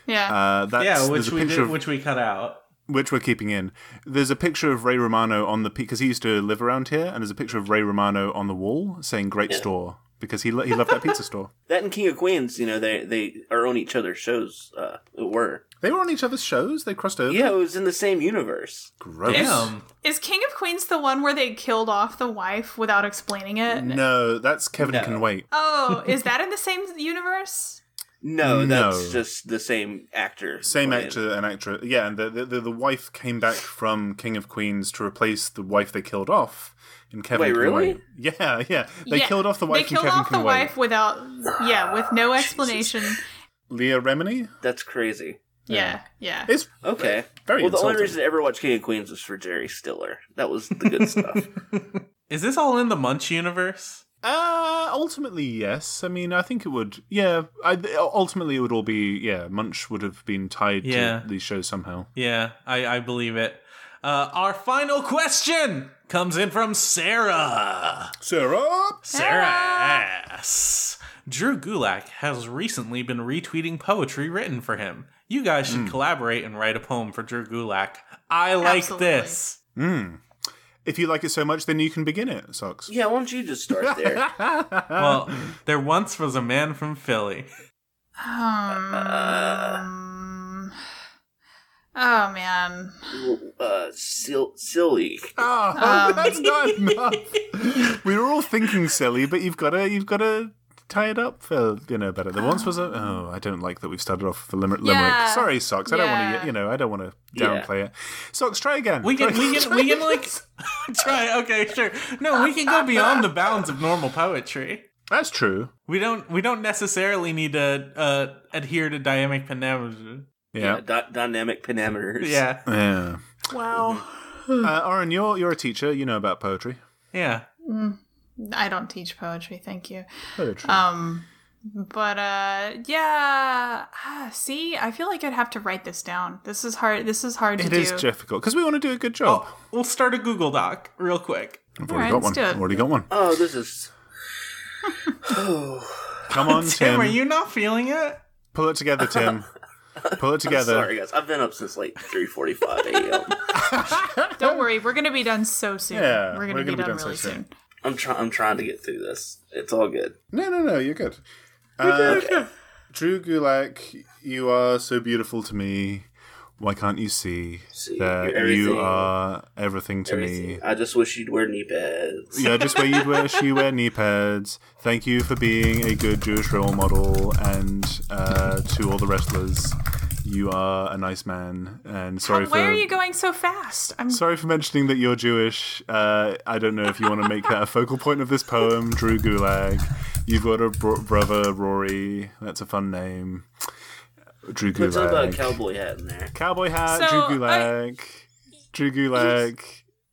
A: Yeah.
C: Uh, that's,
B: Yeah,
C: there's
B: which
C: a
B: we
C: picture
B: did,
C: of,
B: which we cut out.
C: which we're keeping in. There's a picture of Ray Romano on the because he used to live around here, and there's a picture of Ray Romano on the wall saying "Great store" because he lo- he loved that pizza store.
D: That and King of Queens, you know, they they are on each other's shows. Uh, were
C: They were on each other's shows. They crossed over.
D: yeah, it was in the same universe.
C: gross.
B: Damn.
A: is King of Queens the one where they killed off the wife without explaining it?
C: No, that's Kevin
B: No.
C: Can Wait.
A: Oh, is that in the same universe?
D: No,
C: No.
D: that's just the same actor.
C: Same
D: playing.
C: actor and actress. Yeah, and the, the the the wife came back from King of Queens to replace the wife they killed off in Kevin
D: Wait,
C: Can
D: really?
C: Wait. Yeah, yeah. They
A: Yeah,
C: killed off the wife
A: They
C: in
A: killed
C: Kevin
A: off
C: Can
A: the
C: Wait.
A: wife without, yeah, with no explanation.
C: Leah Remini?
D: That's crazy.
A: Yeah, yeah.
C: It's
D: Okay.
C: Very
D: well, the
C: insulting.
D: only reason I ever watched King of Queens was for Jerry Stiller. That was the good stuff.
B: Is this all in the Munch universe?
C: Uh, ultimately, yes. I mean, I think it would. Yeah, I, ultimately it would all be. Yeah, Munch would have been tied
B: Yeah.
C: to these shows somehow.
B: Yeah, I, I believe it. Uh, our final question comes in from Sarah.
C: Sarah,
B: Sarah asks, Drew Gulak has recently been retweeting poetry written for him. You guys
C: Hmm.
B: should collaborate and write a poem for Drew Gulak. I like
A: Absolutely.
B: this.
C: Hmm. if you like it so much, then you can begin it. Socks.
D: yeah, why don't you just start there?
B: Well, there once was a man from Philly.
D: Uh,
A: Um, oh, man.
D: uh, sil- silly.
C: Ah, that's not enough. we were all thinking silly, but you've got to, you've got to tie it up for you know better. There once was a. Oh, I don't like that we've started off with a limer- limerick.
A: Yeah.
C: Sorry, socks. I don't want
A: Yeah.
C: to. You know, I don't want to
D: Yeah.
C: downplay it. Socks, try again.
B: We can,
C: Try-
B: we can, we can like try. Okay, sure. No, we can go beyond the bounds of normal poetry.
C: That's true.
B: We don't, we don't necessarily need to uh, adhere to dynamic panamerism.
C: Yeah.
D: Dy- dynamic panometers.
B: Yeah,
C: yeah.
A: Wow.
C: Uh, Aaron, you're you're a teacher. You know about poetry.
B: yeah.
A: Mm, I don't teach poetry, thank you.
C: Poetry.
A: Um, but uh, yeah. Ah, See, I feel like I'd have to write this down. This is hard. This is hard
C: it
A: to
C: is
A: do.
C: difficult because we want to do a good job.
B: Oh, We'll start a Google Doc real quick.
C: I've
A: All right,
C: already got
A: let's
C: one.
A: do it.
C: I've already got one.
D: Oh, this oh. is.
C: Come on,
B: Tim,
C: Tim.
B: are you not feeling it?
C: Pull it together, Tim. Pull it together.
D: Sorry, guys. I've been up since like 3:45 a.m.
A: Don't worry, we're gonna be done so soon.
C: Yeah,
A: we're gonna, be, done, really
C: so
A: soon.
C: soon.
D: I'm trying. I'm trying to get through this. It's all good.
C: No, no, no. You're good. Uh, Drew Gulak, you are so beautiful to me. Why can't you see
D: See,
C: that
D: you're
C: you
D: everything.
C: are everything to me?
D: Everything. I just wish you'd wear knee pads.
C: Yeah, just where you wish you wear knee pads. Thank you for being a good Jewish role model, and uh, to all the wrestlers, you are a nice man. And sorry
A: Why
C: for
A: are you going so fast? I'm
C: sorry for mentioning that you're Jewish. Uh, I don't know if you want to make that a focal point of this poem, Drew Gulag. You've got a bro- brother, Rory. That's a fun name, Drew
D: Let's talk about a
C: Gulag. Uh,
D: cowboy hat in there.
C: Cowboy hat,
A: So,
C: Drew Gulag. Drew Gulag.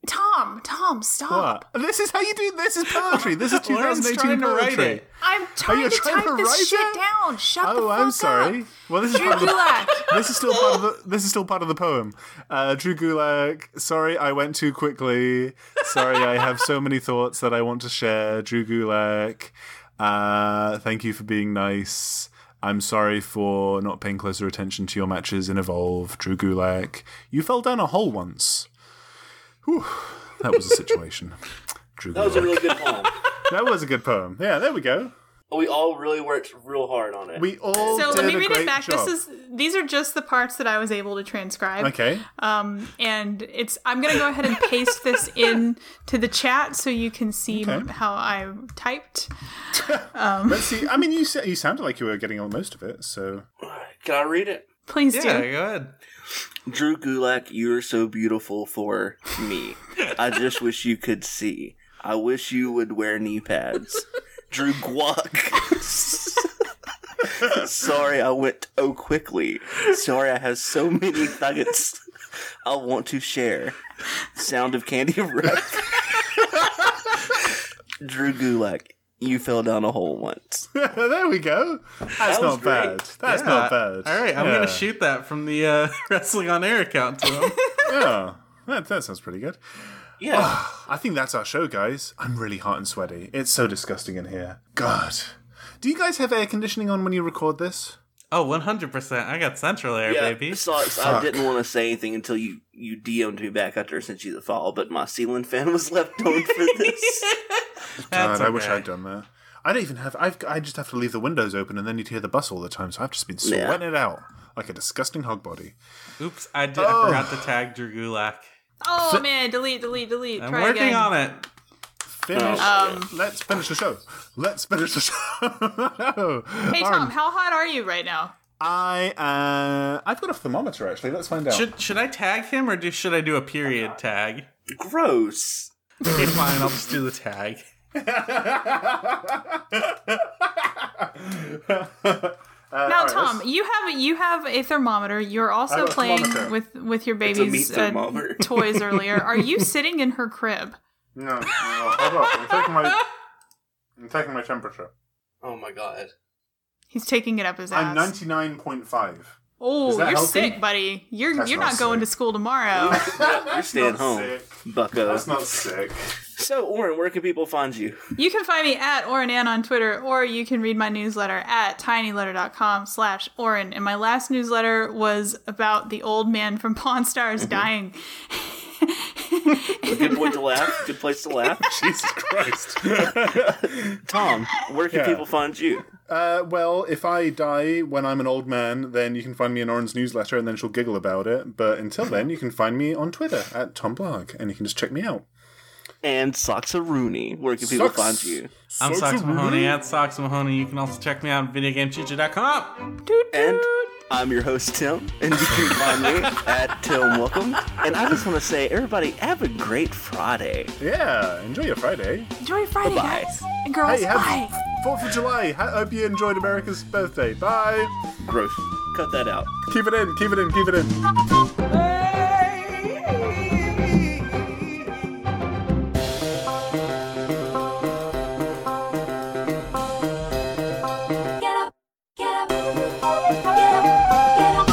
A: Tom, Tom, stop.
C: What? This is how you do. This is poetry. This is
B: Lauren's
C: 2018
B: trying to write
C: poetry.
B: it.
A: I'm trying
C: you
A: to
C: trying
A: type
C: to write
A: this shit
C: it?
A: down. Shut the
C: Oh,
A: fuck
C: I'm sorry.
A: up.
C: Well, this is
A: Drew
C: part of the,
A: Gulak.
C: this is still part of the this is still part of the poem. Uh, Drew Gulak, sorry I went too quickly. Sorry I have so many thoughts that I want to share. Drew Gulak, uh, thank you for being nice. I'm sorry for not paying closer attention to your matches in Evolve. Drew Gulak, you fell down a hole once. Whew, that was a situation. Drew
D: That was a
C: Gulak.
D: really good poem.
C: that was a good poem. Yeah, there we go.
D: we all really worked real hard on it.
C: We all
A: So let
C: did
A: me
C: a
A: read
C: great
A: it back.
C: job.
A: This is these are just the parts that I was able to transcribe.
C: okay.
A: Um, and it's I'm gonna go ahead and paste this in to the chat so you can see
C: Okay.
A: how I typed. Um,
C: Let's see. I mean, you sa- you sounded like you were getting on most of it, so
D: Can I read it?
A: Please
B: Yeah,
A: do.
B: go ahead.
D: Drew Gulak, you're so beautiful for me. I just wish you could see. I wish you would wear knee pads. Drew Guak. Sorry, I went oh quickly. Sorry, I have so many nuggets I want to share. Sound of candy wreck. Drew Gulak, you fell down a hole once.
C: there we go. That's
D: was
C: not
D: great.
C: bad. That's
B: Yeah.
C: not bad.
B: All right, I'm
C: Yeah.
B: gonna shoot that from the uh, wrestling on air account to him.
C: Yeah, that, that sounds pretty good. Ah,
D: Yeah.
C: I think that's our show, guys. I'm really hot and sweaty. It's so disgusting in here. God, do you guys have air conditioning on when you record this?
B: oh, 100%. I got central air,
D: Yeah,
B: baby.
D: so I- so I
C: Fuck.
D: didn't want to say anything until you you DM'd me back after I sent you the file, but my ceiling fan was left on for this.
B: That's
C: God, I wish
B: okay.
C: I'd done that. I don't even have. I've. I just have to leave the windows open, and then you'd hear the bus all the time. So I've just been
D: Yeah.
C: sweating it out like a disgusting hog body.
B: Oops, I, did,
D: Oh.
B: I forgot to tag Drew Gulak.
A: Oh man, delete, delete, delete.
B: I'm
A: Try
B: working
A: again.
B: on it.
C: Finish.
A: Um,
C: let's finish the show. Let's finish the show.
A: Hey
C: Aaron,
A: Tom, how hot are you right now?
C: I uh, I've got a thermometer actually. Let's find out.
B: Should should I tag him or do, should I do a period tag?
D: Gross.
B: Okay, fine, I'll just do the tag.
C: Uh,
A: now, Tom, you have a, you have a thermometer. You're also
C: have a
A: playing
C: thermometer.
A: with with your
D: a meat
A: baby's uh,
D: thermometer.
A: toys earlier. Are you sitting in her crib?
C: no, no, hold up. I'm taking my I'm taking my temperature.
D: Oh my god.
A: He's taking it up his ass.
C: I'm 99.5.
A: oh,
C: Is that
A: you're
C: healthy?
A: sick, buddy. You're
C: That's
A: you're
C: not
A: not going
C: sick.
A: to school tomorrow.
D: You're staying
C: not
D: home,
C: sick.
D: bucko.
C: That's not sick.
D: So, Oren, where can people find you?
A: You can find me at OrinAnn on Twitter, or you can read my newsletter at tinyletter.com slash Orin. And my last newsletter was about the old man from Pawn Stars dying.
D: A good point to laugh. Good place to laugh.
C: Jesus Christ.
D: Tom, where can
C: Yeah.
D: people find you?
C: Uh, well, if I die when I'm an old man, then you can find me in Oren's newsletter and then she'll giggle about it. But until then, you can find me on Twitter at Tom Blarg and you can just check me out.
D: And Soxaroonie, where can people
C: Socks.
D: find you?
B: I'm
C: Socks
B: Socks
C: and
B: Mahoney
C: Rooney.
B: at Socks Mahoney. You can also check me out at videogameteacher.com.
D: And I'm your host, Tim, and you can find me at Tim Welcome. And I just want to say, everybody, have a great Friday.
C: Yeah, enjoy your Friday.
A: Enjoy Friday,
D: Bye-bye.
A: guys and girls.
C: hey,
A: bye.
C: happy 4th of July. Ha- hope you enjoyed America's birthday. Bye.
D: Gross. Cut that out.
C: Keep it in, keep it in, keep it in.
J: Get up, get up, get up, get up, get up, get up.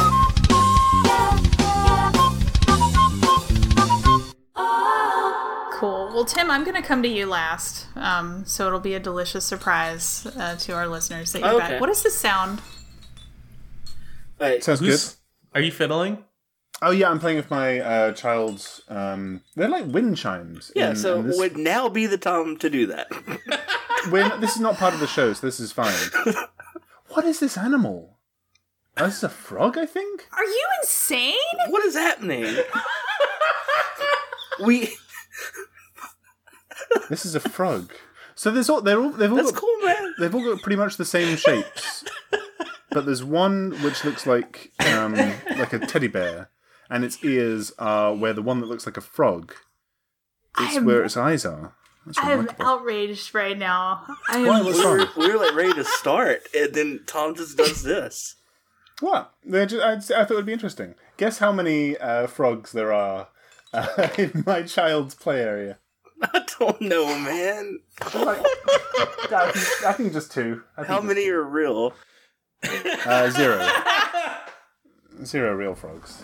J: Oh.
A: Cool. Well, Tim, I'm going to come to you last. Um, so it'll be a delicious surprise uh, to our listeners that you're
D: Okay.
A: back. What is this sound?
C: Sounds
B: Who's-
C: good.
B: Are you fiddling?
C: Oh, yeah, I'm playing with my uh, child's. Um, they're like wind chimes.
D: Yeah,
C: in-
D: so
C: in this,
D: would now be the time to do that.
C: we're not- this is not part of the show, so this is fine. what is this animal? Oh, this is a frog, I think?
A: Are you insane?
D: what is happening? we.
C: This is a frog. So there's all, they're all, they've all
D: That's
C: got
D: cool, man.
C: they've all got pretty much the same shapes, but there's one which looks like um, like a teddy bear, and its ears are where the one that looks like a frog is
A: I'm-
C: where its eyes are. That's
A: I'm
C: remarkable.
A: outraged right now. I
C: Why,
A: am,
C: what's
D: We were,
C: wrong?
D: we were like ready to start, and then Tom just does this.
C: What? They're ju- I, I thought it would be interesting. Guess how many uh, frogs there are uh, in my child's play area.
D: I don't know, man.
C: Like, I, think, I think just two. I think
D: How
C: just
D: many are real?
C: Uh, zero. Zero real frogs.